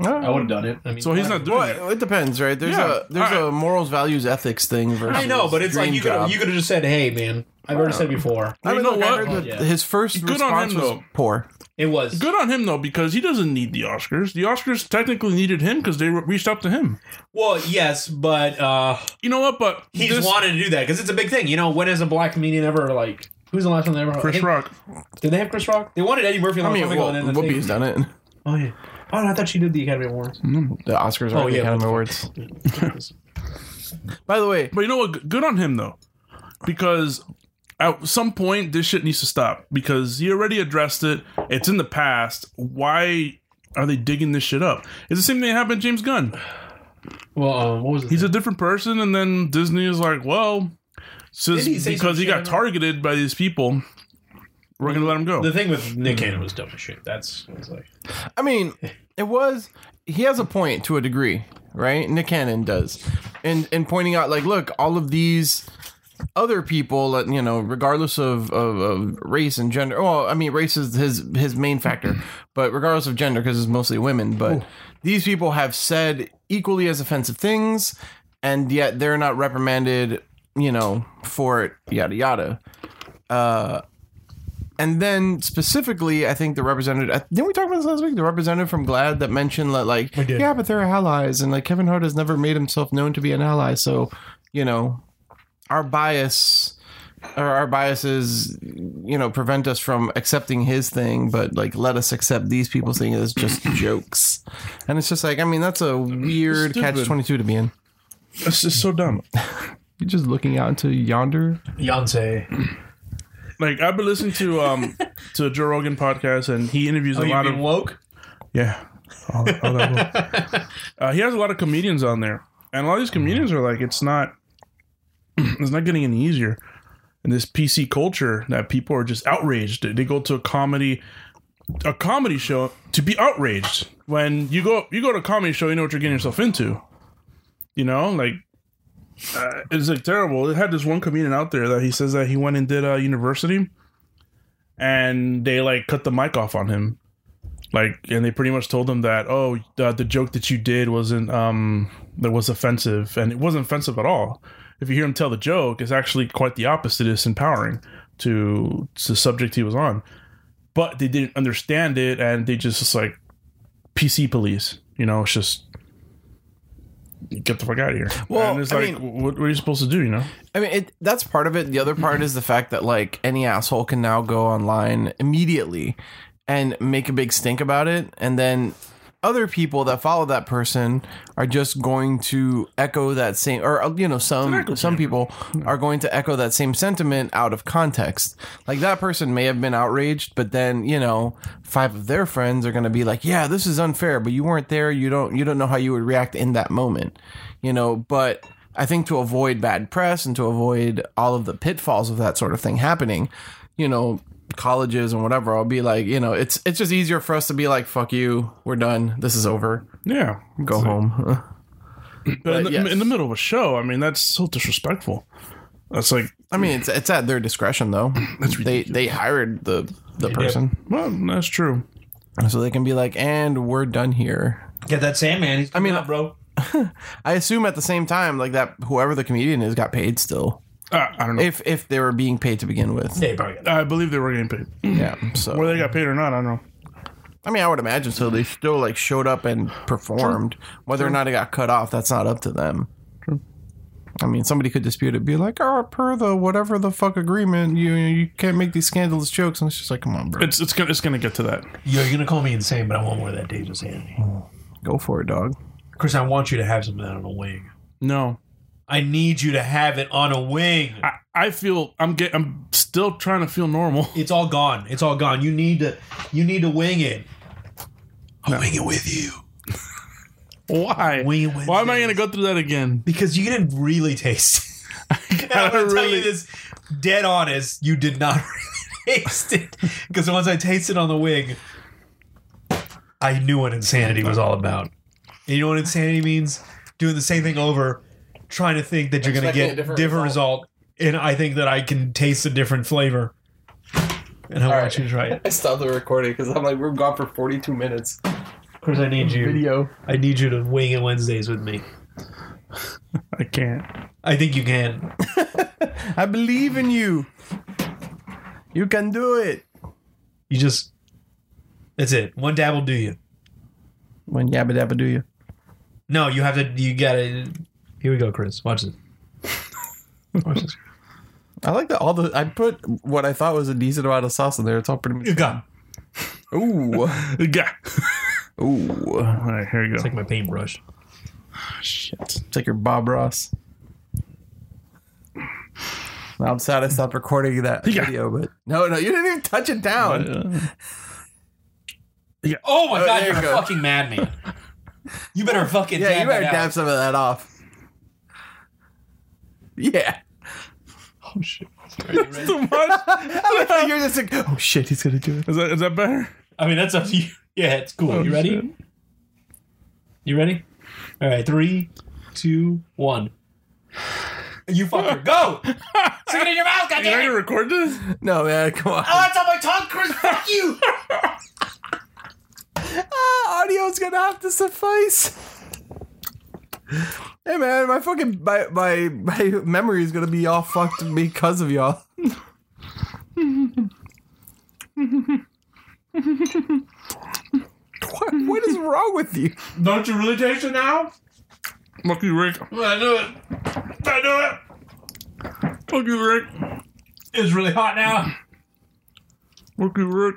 A: All right.
C: I would have done it. I mean,
B: so he's not doing it.
A: Well, it depends, right? There's
B: Yeah,
A: a there's
B: all
A: a morals, values, ethics thing versus.
C: I know, but it's like
A: dream
C: you could have
A: job.
C: you could have just said, "Hey, man, I've already said before,
A: I mean,
B: You know
A: look, I
B: what?
A: heard that
C: Yeah.
A: His first
B: Good on
A: response
B: him,
A: was
B: though.
A: poor.
C: it was
B: Good on him, though, because he doesn't need the Oscars. The Oscars technically needed him because they re- reached out to him.
C: Well, yes, but uh,
B: You know what? But
C: he's
B: this-
C: wanted to do that because it's a big thing. You know, when has a black comedian ever like? Who's the last one they ever?
B: Chris
C: Did-
B: Rock.
C: Did they have Chris Rock? They wanted Eddie Murphy.
A: I
C: long
A: mean,
C: time ago,
A: well,
C: and then the
A: Whoopi's
C: thing-
A: done it.
C: Oh yeah. Oh, no, I thought she did the Academy Awards.
A: The Oscars are
C: Oh,
A: the
C: yeah,
A: Academy
C: what
A: Awards. By the way,
B: But you know what? G- Good on him though, because at some point this shit needs to stop because he already addressed it. It's in the past. Why are they digging this shit up? It's the same thing that happened to James Gunn.
C: Well, um, what was it?
B: He's a different person, and then Disney is like, well, since
C: Didn't he say
B: because
C: some
B: he
C: shit
B: got
C: about-
B: targeted by these people, we're gonna let him go.
C: the thing with Nick Cannon was dumb as shit. That's it's like
A: I mean, it was. He has a point to a degree, right? Nick Cannon does, and and pointing out like, look, all of these other people, uh, you know, regardless of, of, of race and gender. Well, I mean, race is his his main factor, but regardless of gender, because it's mostly women. But these people have said equally as offensive things, and yet they're not reprimanded, you know, for it. Yada yada. And then specifically, I think the representative uh, didn't we talk about this last week? The representative from Glad that mentioned that like
C: did.
A: yeah, but they're allies, and like Kevin Hart has never made himself known to be an ally, so you know our bias or our biases you know prevent us from accepting his thing but like let us accept these people's thing as just jokes and it's just like i mean that's a weird
B: Stupid.
A: catch 22 to be in
B: It's just so dumb.
A: you're just looking out into yonder
C: Beyonce.
B: Like I've been listening to um to a Joe Rogan podcast, and he interviews
C: Oh,
B: a
C: you
B: lot
C: being
B: of
C: woke?
B: Yeah. All- all that will. uh, he has a lot of comedians on there. And a lot of these comedians are like, it's not it's not getting any easier. And this PC culture that people are just outraged. They go to a comedy a comedy show to be outraged. When you go you go to a comedy show, you know what you're getting yourself into. You know, like uh, it's like terrible. It had this one comedian out there that he says that he went and did uh, university, and they like cut the mic off on him like and they pretty much told him that oh uh, the joke that you did wasn't um that was offensive and it wasn't offensive at all if you hear him tell the joke it's actually quite the opposite it's empowering to to the subject he was on but they didn't understand it and they just, just like pc police you know it's just get the fuck out of here
A: Well,
B: and it's
A: I
B: like what, what are you supposed to do you know
A: I mean, it, that's part of it. The other part is the fact that like any asshole can now go online immediately and make a big stink about it, and then other people that follow that person are just going to echo that same, or uh, you know, some some people are going to echo that same sentiment out of context. Like that person may have been outraged, but then you know, five of their friends are going to be like, "Yeah, this is unfair," but you weren't there. You don't you don't know how you would react in that moment, you know. But I think to avoid bad press and to avoid all of the pitfalls of that sort of thing happening, you know, colleges and whatever, I'll be like, you know, it's it's just easier for us to be like, fuck you, we're done, this is over,
B: yeah
A: go home.
B: but in the,
A: yes.
B: in the middle of a show i mean that's so disrespectful that's like
A: I mean, it's it's at their discretion though.
B: that's ridiculous.
A: They they hired the the person.
B: Well, that's true.
A: so they can be like, and we're done here.
C: Get that Sandman. He's I
A: mean,
C: mean, up, bro.
A: I assume at the same time, like that, whoever the comedian is got paid still,
B: Uh, I don't know.
A: if if they were being paid to begin with.
C: They probably got
B: I believe they were getting paid.
A: Yeah. So
B: Whether they got paid or not, I don't know.
A: I mean, I would imagine so. They still like showed up and performed. Whether or not it got cut off, that's not up to them. I mean, somebody could dispute it, be like, "Oh, per the whatever the fuck agreement, you you can't make these scandalous jokes." And it's just like, "Come on, bro,
B: It's it's gonna it's gonna get to that.
C: Yo, you're gonna call me insane, but I want more of that Deja Sandy.
A: go for it, dog."
C: Chris, I want you to have some of that on a wing.
B: No,
C: I need you to have it on a wing.
B: I, I feel I'm get I'm still trying to feel normal.
C: It's all gone. It's all gone. You need to. You need to wing it. I'll wing it with you
B: Why?
C: We went
B: Why am I
C: through
B: gonna go through that again?
C: because you didn't really taste. it. I'm gonna tell you
B: really-
C: this, dead honest. You did not really taste it because once I tasted on the wing, I knew what insanity was all about. And you know what insanity means? Doing the same thing over, trying to think that you're going to
A: Expecting
C: get
A: a
C: different,
A: different
C: result. and I think that I can taste a different flavor. And I want
A: right.
C: you to try it.
A: I stopped the recording because I'm like, we're gone for 42 minutes.
C: Of course, I need you.
A: Video.
C: I need you to wing it Wednesdays with me.
B: I can't.
C: I think you can.
A: I believe in you. You can do it.
C: You just. That's it. One dab will do you.
A: When yabba dabba do you?
C: No, you have to. You gotta. Here we go, Chris. Watch this. Watch this.
A: I like that all the I put what I thought was a decent amount of sauce in there. It's all pretty much
C: God,
A: Ooh.
B: Yeah.
A: Ooh.
B: All right, here you go.
C: like my paintbrush.
A: Shit. It's like your Bob Ross. I'm sad I stopped recording that
B: Yeah.
A: video, but no, no, you didn't even touch it down.
C: Oh my God,
A: there
C: you're
A: you go.
C: fucking mad, man. You better fucking.
A: yeah,
C: dab
A: you better
C: that out.
A: dab some of that off. Yeah.
B: Oh shit. That's too much.
A: I like how You're just like, oh shit, he's gonna do it.
B: Is that is that better?
C: I mean, that's up to you. Yeah, it's cool. you ready?
B: Oh, shit.
C: You ready? All right, three, two, one. You fucker, go! Stick it in your mouth,
B: You ready to
C: goddamn! it!
B: record this?
A: No, man, come on.
C: Oh, it's on my tongue, Chris. Fuck you!
A: Ah, audio's gonna have to suffice. Hey man, my fucking my my, my memory is gonna be all fucked because of y'all. what, what is wrong with you?
C: Don't you really taste it now?
B: Fuck you, Rick.
C: I knew it. I knew it.
B: Fuck you, Rick.
C: It's really hot now.
B: Fuck you, Rick.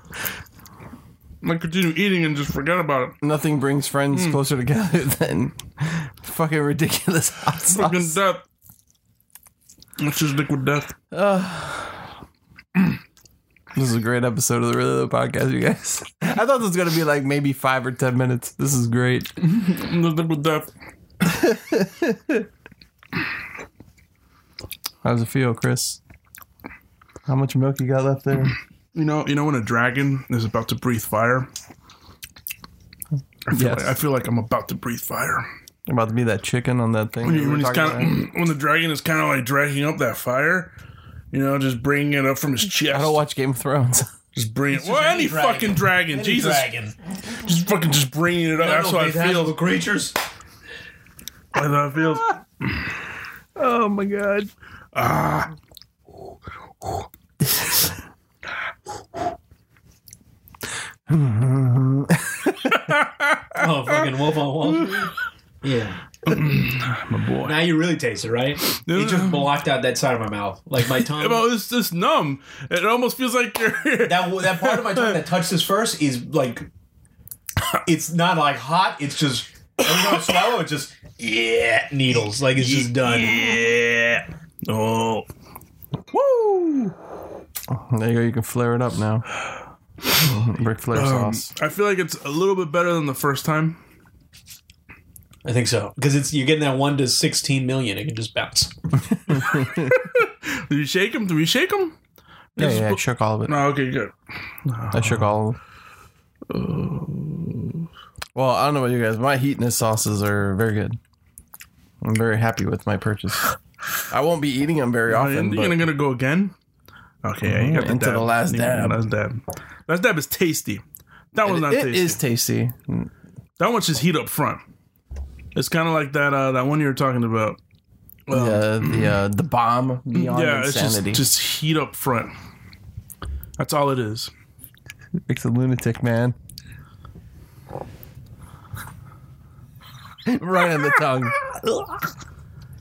B: I continue eating and just forget about it.
A: Nothing brings
C: Hmm.
A: friends closer together than fucking ridiculous hot
B: Fucking
A: sauce.
B: death. It's just liquid death.
A: This is a great episode of the Really Low Podcast, you guys. I thought this was gonna be like maybe five or ten minutes. This is great.
B: It's liquid death.
A: How's it feel, Chris? How much milk you got left there?
B: You know, you know when a dragon is about to breathe fire. I feel,
A: Yes.
B: like, I feel like I'm about to breathe fire.
A: I'm about to be that chicken on that thing.
B: When,
A: that
B: you,
A: we
B: when,
A: were
B: he's
A: talking about.
B: kinda, when the dragon is kind of like dragging up that fire, you know, just bringing it up from his chest.
A: I don't watch Game of Thrones.
B: just bring it. Well, any,
C: dragon.
B: fucking dragon. Jesus.
C: Dragon.
B: Just fucking just bringing it up. That's how I feel.
C: creatures.
B: That's how it feels.
A: oh my god.
C: Oh, fucking wolf on wall. Yeah.
B: My boy.
C: Now you really taste it, right? You just blocked out that side of my mouth, like my tongue.
B: Well, it's just numb. It almost feels like you're.
C: that that part of my tongue that touched this first is like, it's not like hot. It's just every time I swallow, it's just yeah needles. Like it's just done.
B: yeah. Oh. Um,
A: Woo! There you go. You can flare it up now. Brick flare sauce.
B: I feel like it's a little bit better than the first time.
C: I think so because it's you're getting that one to sixteen million. It can just bounce.
B: Do we shake him? Do we shake him?
A: Yeah, yeah. I shook all of it.
B: No, okay, good.
A: I shook all of it.
B: Uh.
A: Well, I don't know about you guys. My heatness sauces are very good. I'm very happy with my purchase. I won't be eating them very
B: I
A: often.
B: am
A: but-
B: gonna, gonna go again. Okay, yeah, you got the
A: Into
B: dab.
A: the last
B: You got
A: dab.
B: Last dab. Last dab is tasty. That one's not
A: It
B: tasty.
A: is tasty.
B: that one's just heat up front. It's kind of like that uh, that one you were talking about.
A: the the uh, the bomb beyond
B: yeah, it's just,
A: insanity.
B: just heat up front. That's all it is.
A: Rick's a lunatic, man. right on the tongue.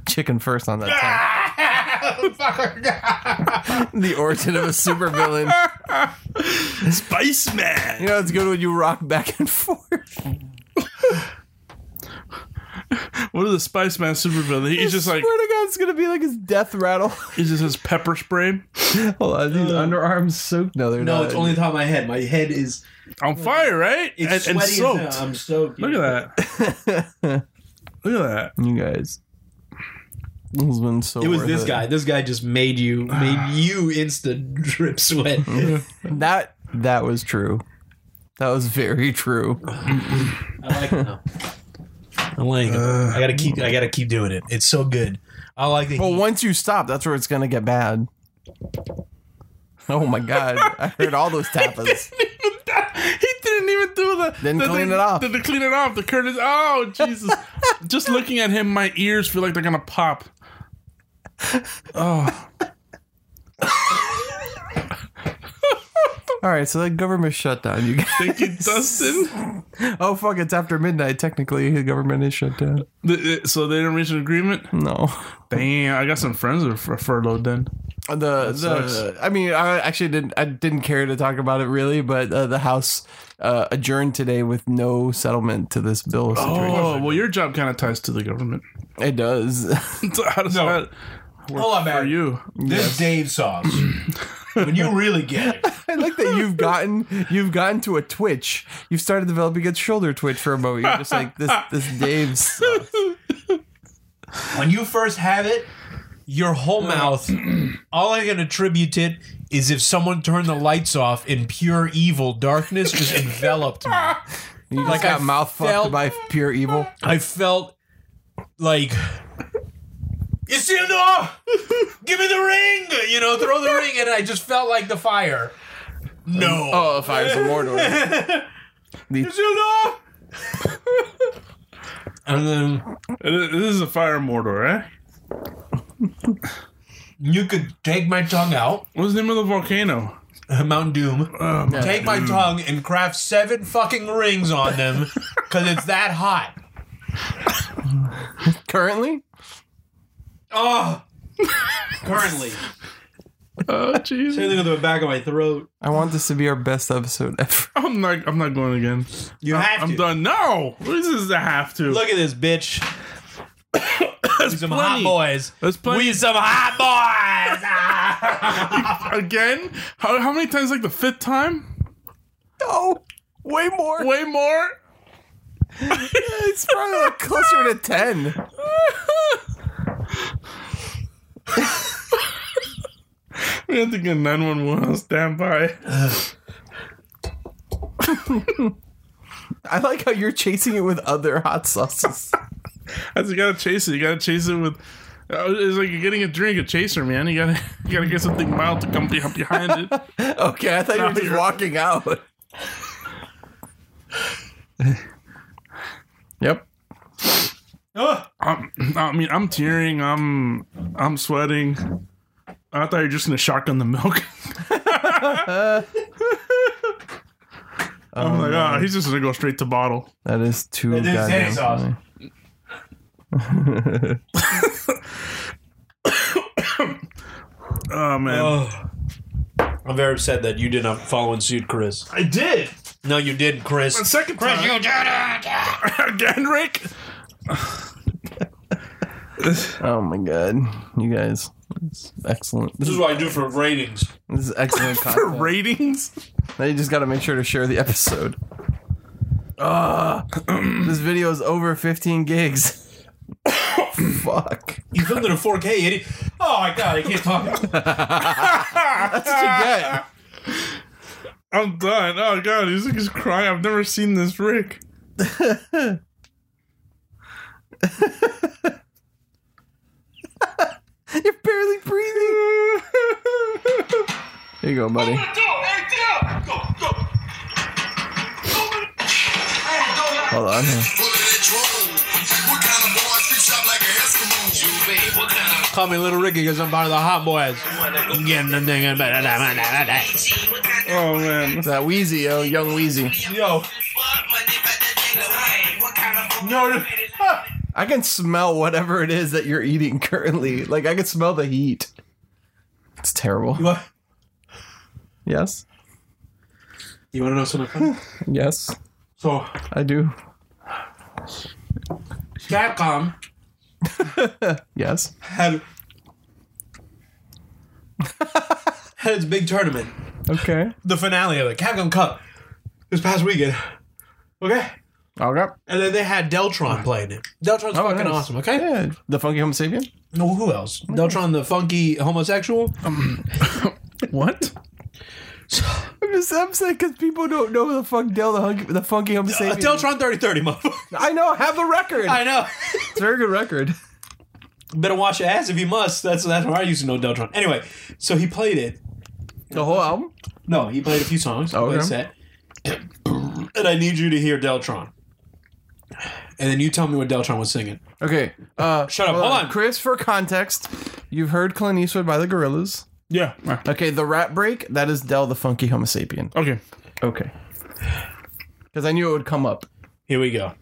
A: Chicken first on that tongue. the origin of a supervillain.
B: Spice Man.
A: You know, it's good when you rock back and forth.
B: What is the Spice Man supervillain? He's just like
A: swear to God, it's gonna be like his death rattle. Uh,
B: he just has pepper spray.
A: Hold on, these underarms soaked. No, they're
C: Uh,
D: No,
A: not.
D: it's only the top of my head. My head is
B: On fire, right?
D: it's
B: and, and
D: sweaty.
B: soaked.
D: as hell. I'm soaked.
B: Look at that. Look at that.
A: you guys. This has been so.
C: It was
A: worth
C: this guy. This guy just made you made you instant drip sweat.
A: That that was true. That was very true.
C: I like it though. I like it.
B: Uh,
C: I gotta keep. I gotta keep doing it. It's so good. I like the.
A: But
C: heat.
A: once you stop, that's where it's gonna get bad. Oh my god! I heard all those tapas.
B: He didn't even do the
A: Didn't
B: the,
A: clean it off.
B: The, the clean it off. The curtains. Oh Jesus! Just looking at him, my ears feel like they're gonna pop.
A: All right, so the government shutdown. You guys.
B: Thank you, Dustin.
A: Oh fuck! It's after midnight. Technically, the government is shut down.
B: The- uh, so they didn't reach an agreement.
A: No,
B: Damn, I got some friends that are fur- furloughed then.
A: the the.
B: sucks.
A: I mean, I actually didn't. I didn't care to talk about it really, but uh, the House uh, adjourned today with no settlement to this bill situation.
B: Oh, well, your job kind of ties to the government.
A: It does.
B: So How does that work
D: Hold on,
B: for
D: man.
B: you?
D: This Dave sauce. when you really get it.
A: I like that you've gotten you've gotten to a twitch. You've started developing a shoulder twitch for a moment. You're just like this. This Dave's.
D: When you first have it,
C: your whole mouth. all I can attribute it is if someone turned the lights off in pure evil darkness just enveloped me.
A: You
C: Like
A: just got
C: I
A: mouth fucked
C: felt-
A: by pure evil.
C: I felt like you see the door. Give me the ring. You know, throw the ring, and I just felt like the fire. No.
A: Oh, if I was a Mordor.
C: Isildur! and then
B: This is a fire mortar, eh? right?
C: you could take my tongue out,
B: What's the name of the volcano?
C: Mount Doom.
B: Um,
C: take my tongue and craft seven fucking rings on them, cause it's that hot.
A: Currently,
C: Oh, currently,
B: Oh, Jesus.
C: something on the back of my throat.
A: I want this to be our best episode ever.
B: I'm not. I'm not going again.
C: You have
B: I'm
C: to
B: done. No, this is a have to.
C: look at this bitch. We some hot
B: plenty.
C: boys.
B: That's plenty.
C: We some hot boys. Ah.
B: again. How, how many times? Like the fifth time?
A: Oh, way more.
B: Way more.
A: It's probably like closer to ten.
B: we have to get nine one one on standby.
A: I like how you're chasing it with other hot sauces.
B: That's you gotta chase it. You gotta chase it with. uh, It's like you're getting a drink, a chaser, man. You gotta, you gotta get something mild to come be- behind it.
A: Okay, I thought you were just walking out. yep.
B: I'm, I mean, I'm tearing. I'm, I'm sweating. I thought you were just gonna shotgun the milk. I'm like, ah, he's just gonna go straight to bottle.
A: That is too
D: is
A: goddamn
D: Teddy sauce.
A: funny.
B: Oh man,
C: Oh. I'm very upset that you did not follow in suit, Chris.
B: I did.
C: No, you didn't,
B: The
C: Chris.
B: second time. You again, Rick.
A: Oh my god, you guys, it's excellent. This
C: This
A: is,
C: is what I do for ratings.
A: this is excellent
B: For
A: content.
B: ratings.
A: Now you just got to make sure to share the episode. Ah, this video is over 15 gigs. Fuck.
C: You filmed it in 4K, idiot. Oh my god, I can't talk.
A: That's what you get.
B: I'm done. Oh god, he's he's crying. I've never seen this Rick.
A: You're barely breathing. There you go, buddy. Hold on.
C: Call me Little Ricky because I'm part of the Hot Boys. I'm getting the thing about that.
B: Oh man.
A: That Wheezy, yo, young Wheezy.
C: Yo, no,
A: I can smell whatever it is that you're eating currently. Like I can smell the heat. It's terrible.
C: no.
A: Yes.
D: You want to know something funny?
A: Yes.
C: So,
A: I do.
C: Capcom
A: Yes.
C: had had its big tournament,
A: Okay.
C: the finale of it, Capcom Cup, this past weekend. Okay,
B: Oh,
A: Okay.
C: and then they had Deltron playing it. Deltron's
A: Oh,
C: fucking
A: nice.
C: awesome. Okay,
A: Yeah. The funky Homo sapien?
C: no, who else? Deltron, the funky homosexual. Uh,
B: What?
A: I'm just upset because people don't know who the fuck Del the, hunky, the funky Homo
C: Uh,
A: sapien. is.
C: Deltron thirty thirty, motherfucker.
A: I know. I have the record.
C: I know.
A: It's a very good record.
C: Better wash your ass if you must. That's that's where I used to know Deltron. Anyway, so he played it.
A: The whole album.
C: No, he played a few songs.
A: Oh, Okay.
C: Okay. Played a set. and I need you to hear Deltron. And then you tell me what Deltron was singing.
A: Okay. Uh,
C: Shut up. Hold on.
A: Chris. For context, you've heard Clint Eastwood by the Gorillas.
B: Yeah.
A: Okay. The rap break. That is Del the funky Homo sapien.
B: Okay.
A: Okay. Because I knew it would come up.
C: Here we go.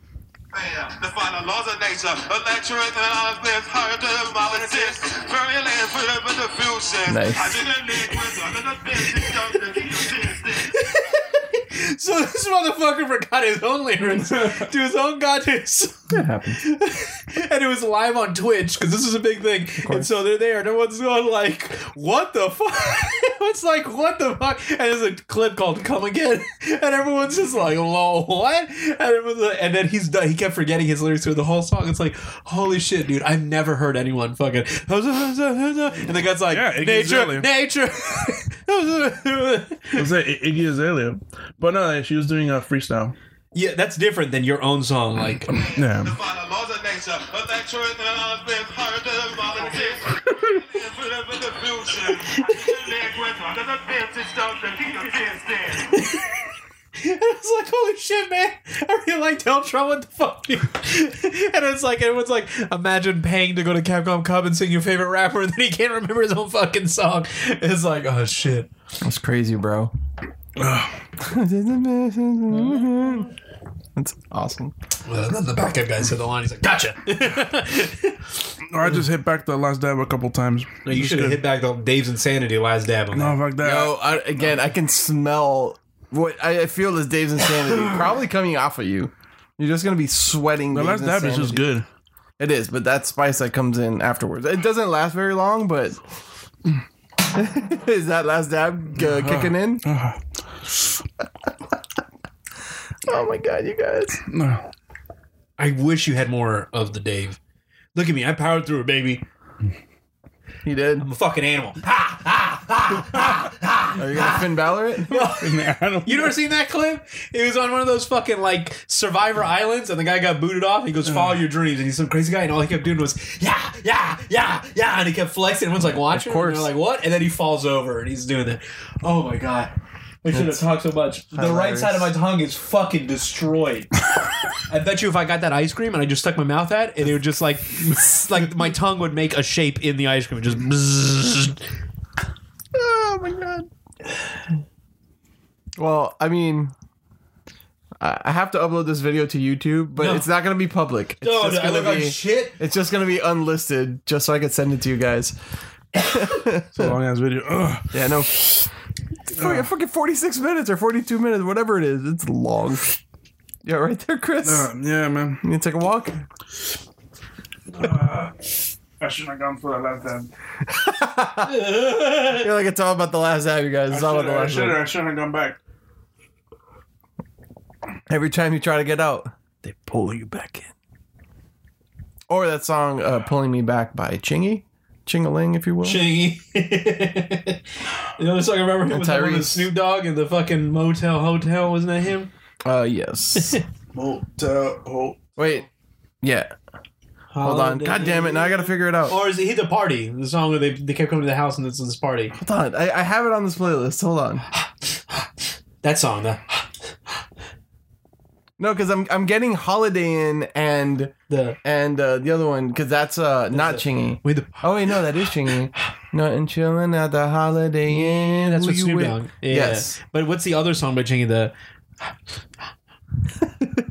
E: The final laws of nature, electric and obvious, higher than politics, very land for the diffusion.
A: Nice.
E: I didn't need wisdom and the business, don't the
C: So this motherfucker forgot his own lyrics to his own goddamn song.
A: That happened.
C: And it was live on Twitch because this is a big thing. And so they're there. No one's going like, what the fuck? it's like, what the fuck? And there's a clip called "Come Again," and everyone's just like, "Lol, what?" And it was, a, and then he's done. He kept forgetting his lyrics through the whole song. It's like, holy shit, dude! I've never heard anyone fucking. And the guy's like,
B: Yeah, Iggy
C: nature,
B: Azalea.
C: nature.
B: It was that I- Iggy Azalea. But no, she was doing a freestyle.
C: yeah, that's different than your own song. Like,
B: Yeah.
E: final laws of nature, electric and obvious, higher than politics, very land for the diffusion. I didn't need wisdom and the business, don't the
C: And I was like, holy shit, man. I really like Deltron. What the fuck? dude? and it's like, everyone's like, imagine paying to go to Capcom Cup and sing your favorite rapper, and then he can't remember his own fucking song. It's like, oh shit.
A: That's crazy, bro. That's awesome.
C: Well, then the backup guy said the line. He's like, gotcha.
B: Or I just hit back the last dab a couple times.
C: no, you
B: Just
C: should have
B: good.
C: hit back on Dave's insanity last dab. On
B: No,
C: that.
B: fuck that.
A: Yo, I, again, I can smell what I I feel is Dave's insanity probably coming off of you. You're just gonna be sweating.
B: the
A: Dave's
B: last dab is just
A: insanity.
B: good.
A: It is, but that spice that comes in afterwards, it doesn't last very long. But is that last dab uh, kicking in?
B: Ah,
A: Oh my god, you guys!
B: no.
C: I wish you had more of the Dave. Look at me. I powered through it, baby.
A: He did.
C: I'm a fucking animal. Ha!
A: Are you gonna Finn Balor it?
C: You never seen that clip? It was on one of those fucking like Survivor Islands, and the guy got booted off. He goes, "Follow your dreams," and he's some crazy guy, and all he kept doing was, "Yeah, yeah, yeah, yeah," and he kept flexing. Everyone's like watching,
A: course.
C: and they're like, "What?" And then he falls over, and he's doing that. Oh my god. I should have talked so much. The right
A: hilarious.
C: side of my tongue is fucking destroyed. I bet you if I got that ice cream and I just stuck my mouth at it, it would just like, like my tongue would make a shape in the ice cream. Just bzzz.
A: Oh my god. Well, I mean, I I have to upload this video to YouTube, but
C: No.
A: it's not going to be public. It's
C: Dude,
A: just
C: I
A: gonna
C: look like
A: be-
C: shit.
A: It's just going to be unlisted, just so I could send it to you guys.
B: It's a long ass video. Ugh.
A: Yeah, no. Fucking- Fucking 46 minutes or 42 minutes, whatever it is. It's long. Yeah, right there, Chris.
B: Uh, yeah, man.
A: You need to take a walk?
B: I shouldn't have gone for that last dab.
A: I feel like it's all about the last half, you guys. It's all about the
B: I
A: last
B: should have.
A: half.
B: I shouldn't have gone back.
A: Every time you try to get out, they pull you back in. Or that song, uh, Pulling Me Back by Chingy. Chingaling, if you will.
C: Chingy. the only song I remember him was the one
A: Tyrese.
C: with Snoop Dogg in the fucking Motel Hotel, wasn't that him?
A: Uh, yes.
B: Motel.
A: Wait. Yeah. Hold on. God damn it. Now I got to figure it out.
C: Or is he the party? The song where they, they kept coming to the house and it's this party.
A: Hold on. I, I have it on this playlist. Hold on.
C: That song, the
A: No, because I'm I'm getting Holiday Inn and
C: the
A: and uh, the other one because that's uh not
C: That's it.
A: Chingy.
C: with the
A: Oh wait, no, that is Chingy. Nothing chilling at the Holiday Inn.
C: that's
A: who
C: what
A: you
C: Snoop
A: with?
C: Dogg. Yeah.
A: Yes.
C: But what's the other song by Chingy? The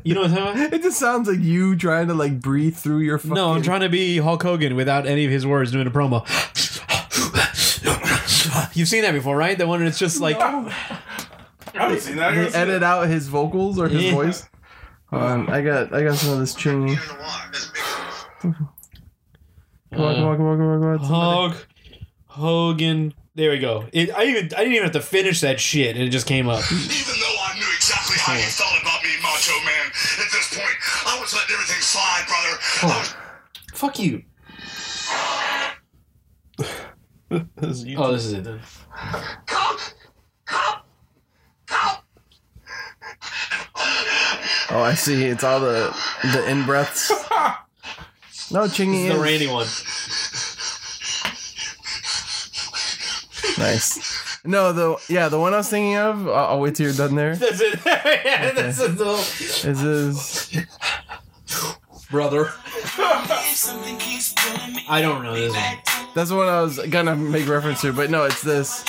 C: you know what I'm talking about?
A: It just sounds like you trying to like breathe through your. Fucking...
C: No, I'm trying to be Hulk Hogan without any of his words doing a promo. You've seen that before, right? That one that's just like
B: I haven't seen that.
A: They
B: I haven't seen
A: edit out his vocals or his
C: Yeah.
A: voice. Hold on, I got I got some of this Chingy. Come on, come on, come on, come on, come on. somebody.
C: Hulk Hogan. There we go. It, I even I didn't even have to finish that shit, and it just came up.
E: Even though I knew exactly how you felt about me, Macho Man, at this point, I was letting everything slide, brother.
C: Oh.
E: I was
C: Fuck you. oh, this is it. Then.
E: Help! Help! Help!
A: Oh, I see. It's all the the in breaths. No, Chingy
C: The
A: is
C: Randy one.
A: nice. No, the yeah, the one I was thinking of. I'll, I'll wait till you're done there.
C: That's it. yeah, that's it. The-
A: Is is
C: Brother.
F: Something keeps pulling me
C: I don't know this one.
A: that's the one I was gonna make reference to, but no, it's this.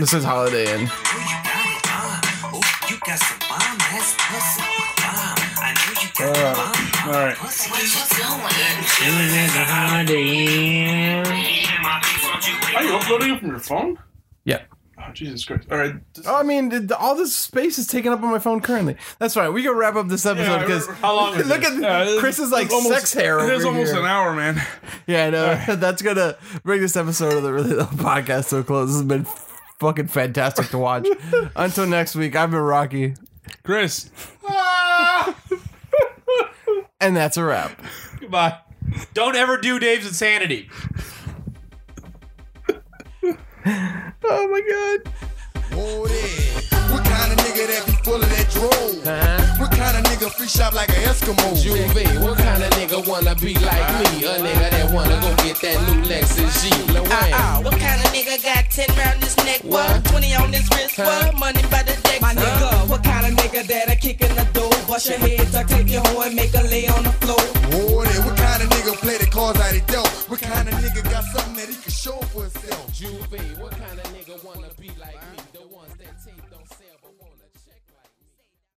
A: This is Holiday Inn.
B: that. All right. Are you uploading it from your phone?
A: Yeah.
B: Oh, Jesus Christ. All right. This-
A: Oh, I mean, th- all this space is taken up on my phone currently. That's fine. We can wrap up this episode
B: I
A: because
B: re-
C: How long was
A: look
C: this?
A: at
B: Uh, this-
A: Chris is like
B: this almost-
A: sex hair over
B: It is almost
A: here.
B: an hour, man.
A: Yeah, I know. That's gonna bring this episode of the Really Low Podcast to a close. This has been fucking fantastic to watch. Until next week, I've been Rocky,
B: Chris, Ah!
A: and that's a wrap.
C: Goodbye. Don't ever do Dave's insanity.
A: Oh my god.
G: Hold it. What kind of nigga that be full of that drove? What kind of nigga free shop like an Eskimo?
H: Juve, what kind of nigga wanna be like me? A nigga that wanna go get that new Lexus G. LeWayne.
F: Ah, What kind of nigga got 10 round his neck? What? 20 on his wrist?
H: Huh?
F: What? Money by the deck?
I: My nigga, what kind of nigga that I kick in the door? Bust your head, duct tape your hoe, and make a lay on the floor.
G: Hold it. What kind of nigga play the cards out he dealt? What kind of nigga got something that he can show for himself?
H: Juve, what kind of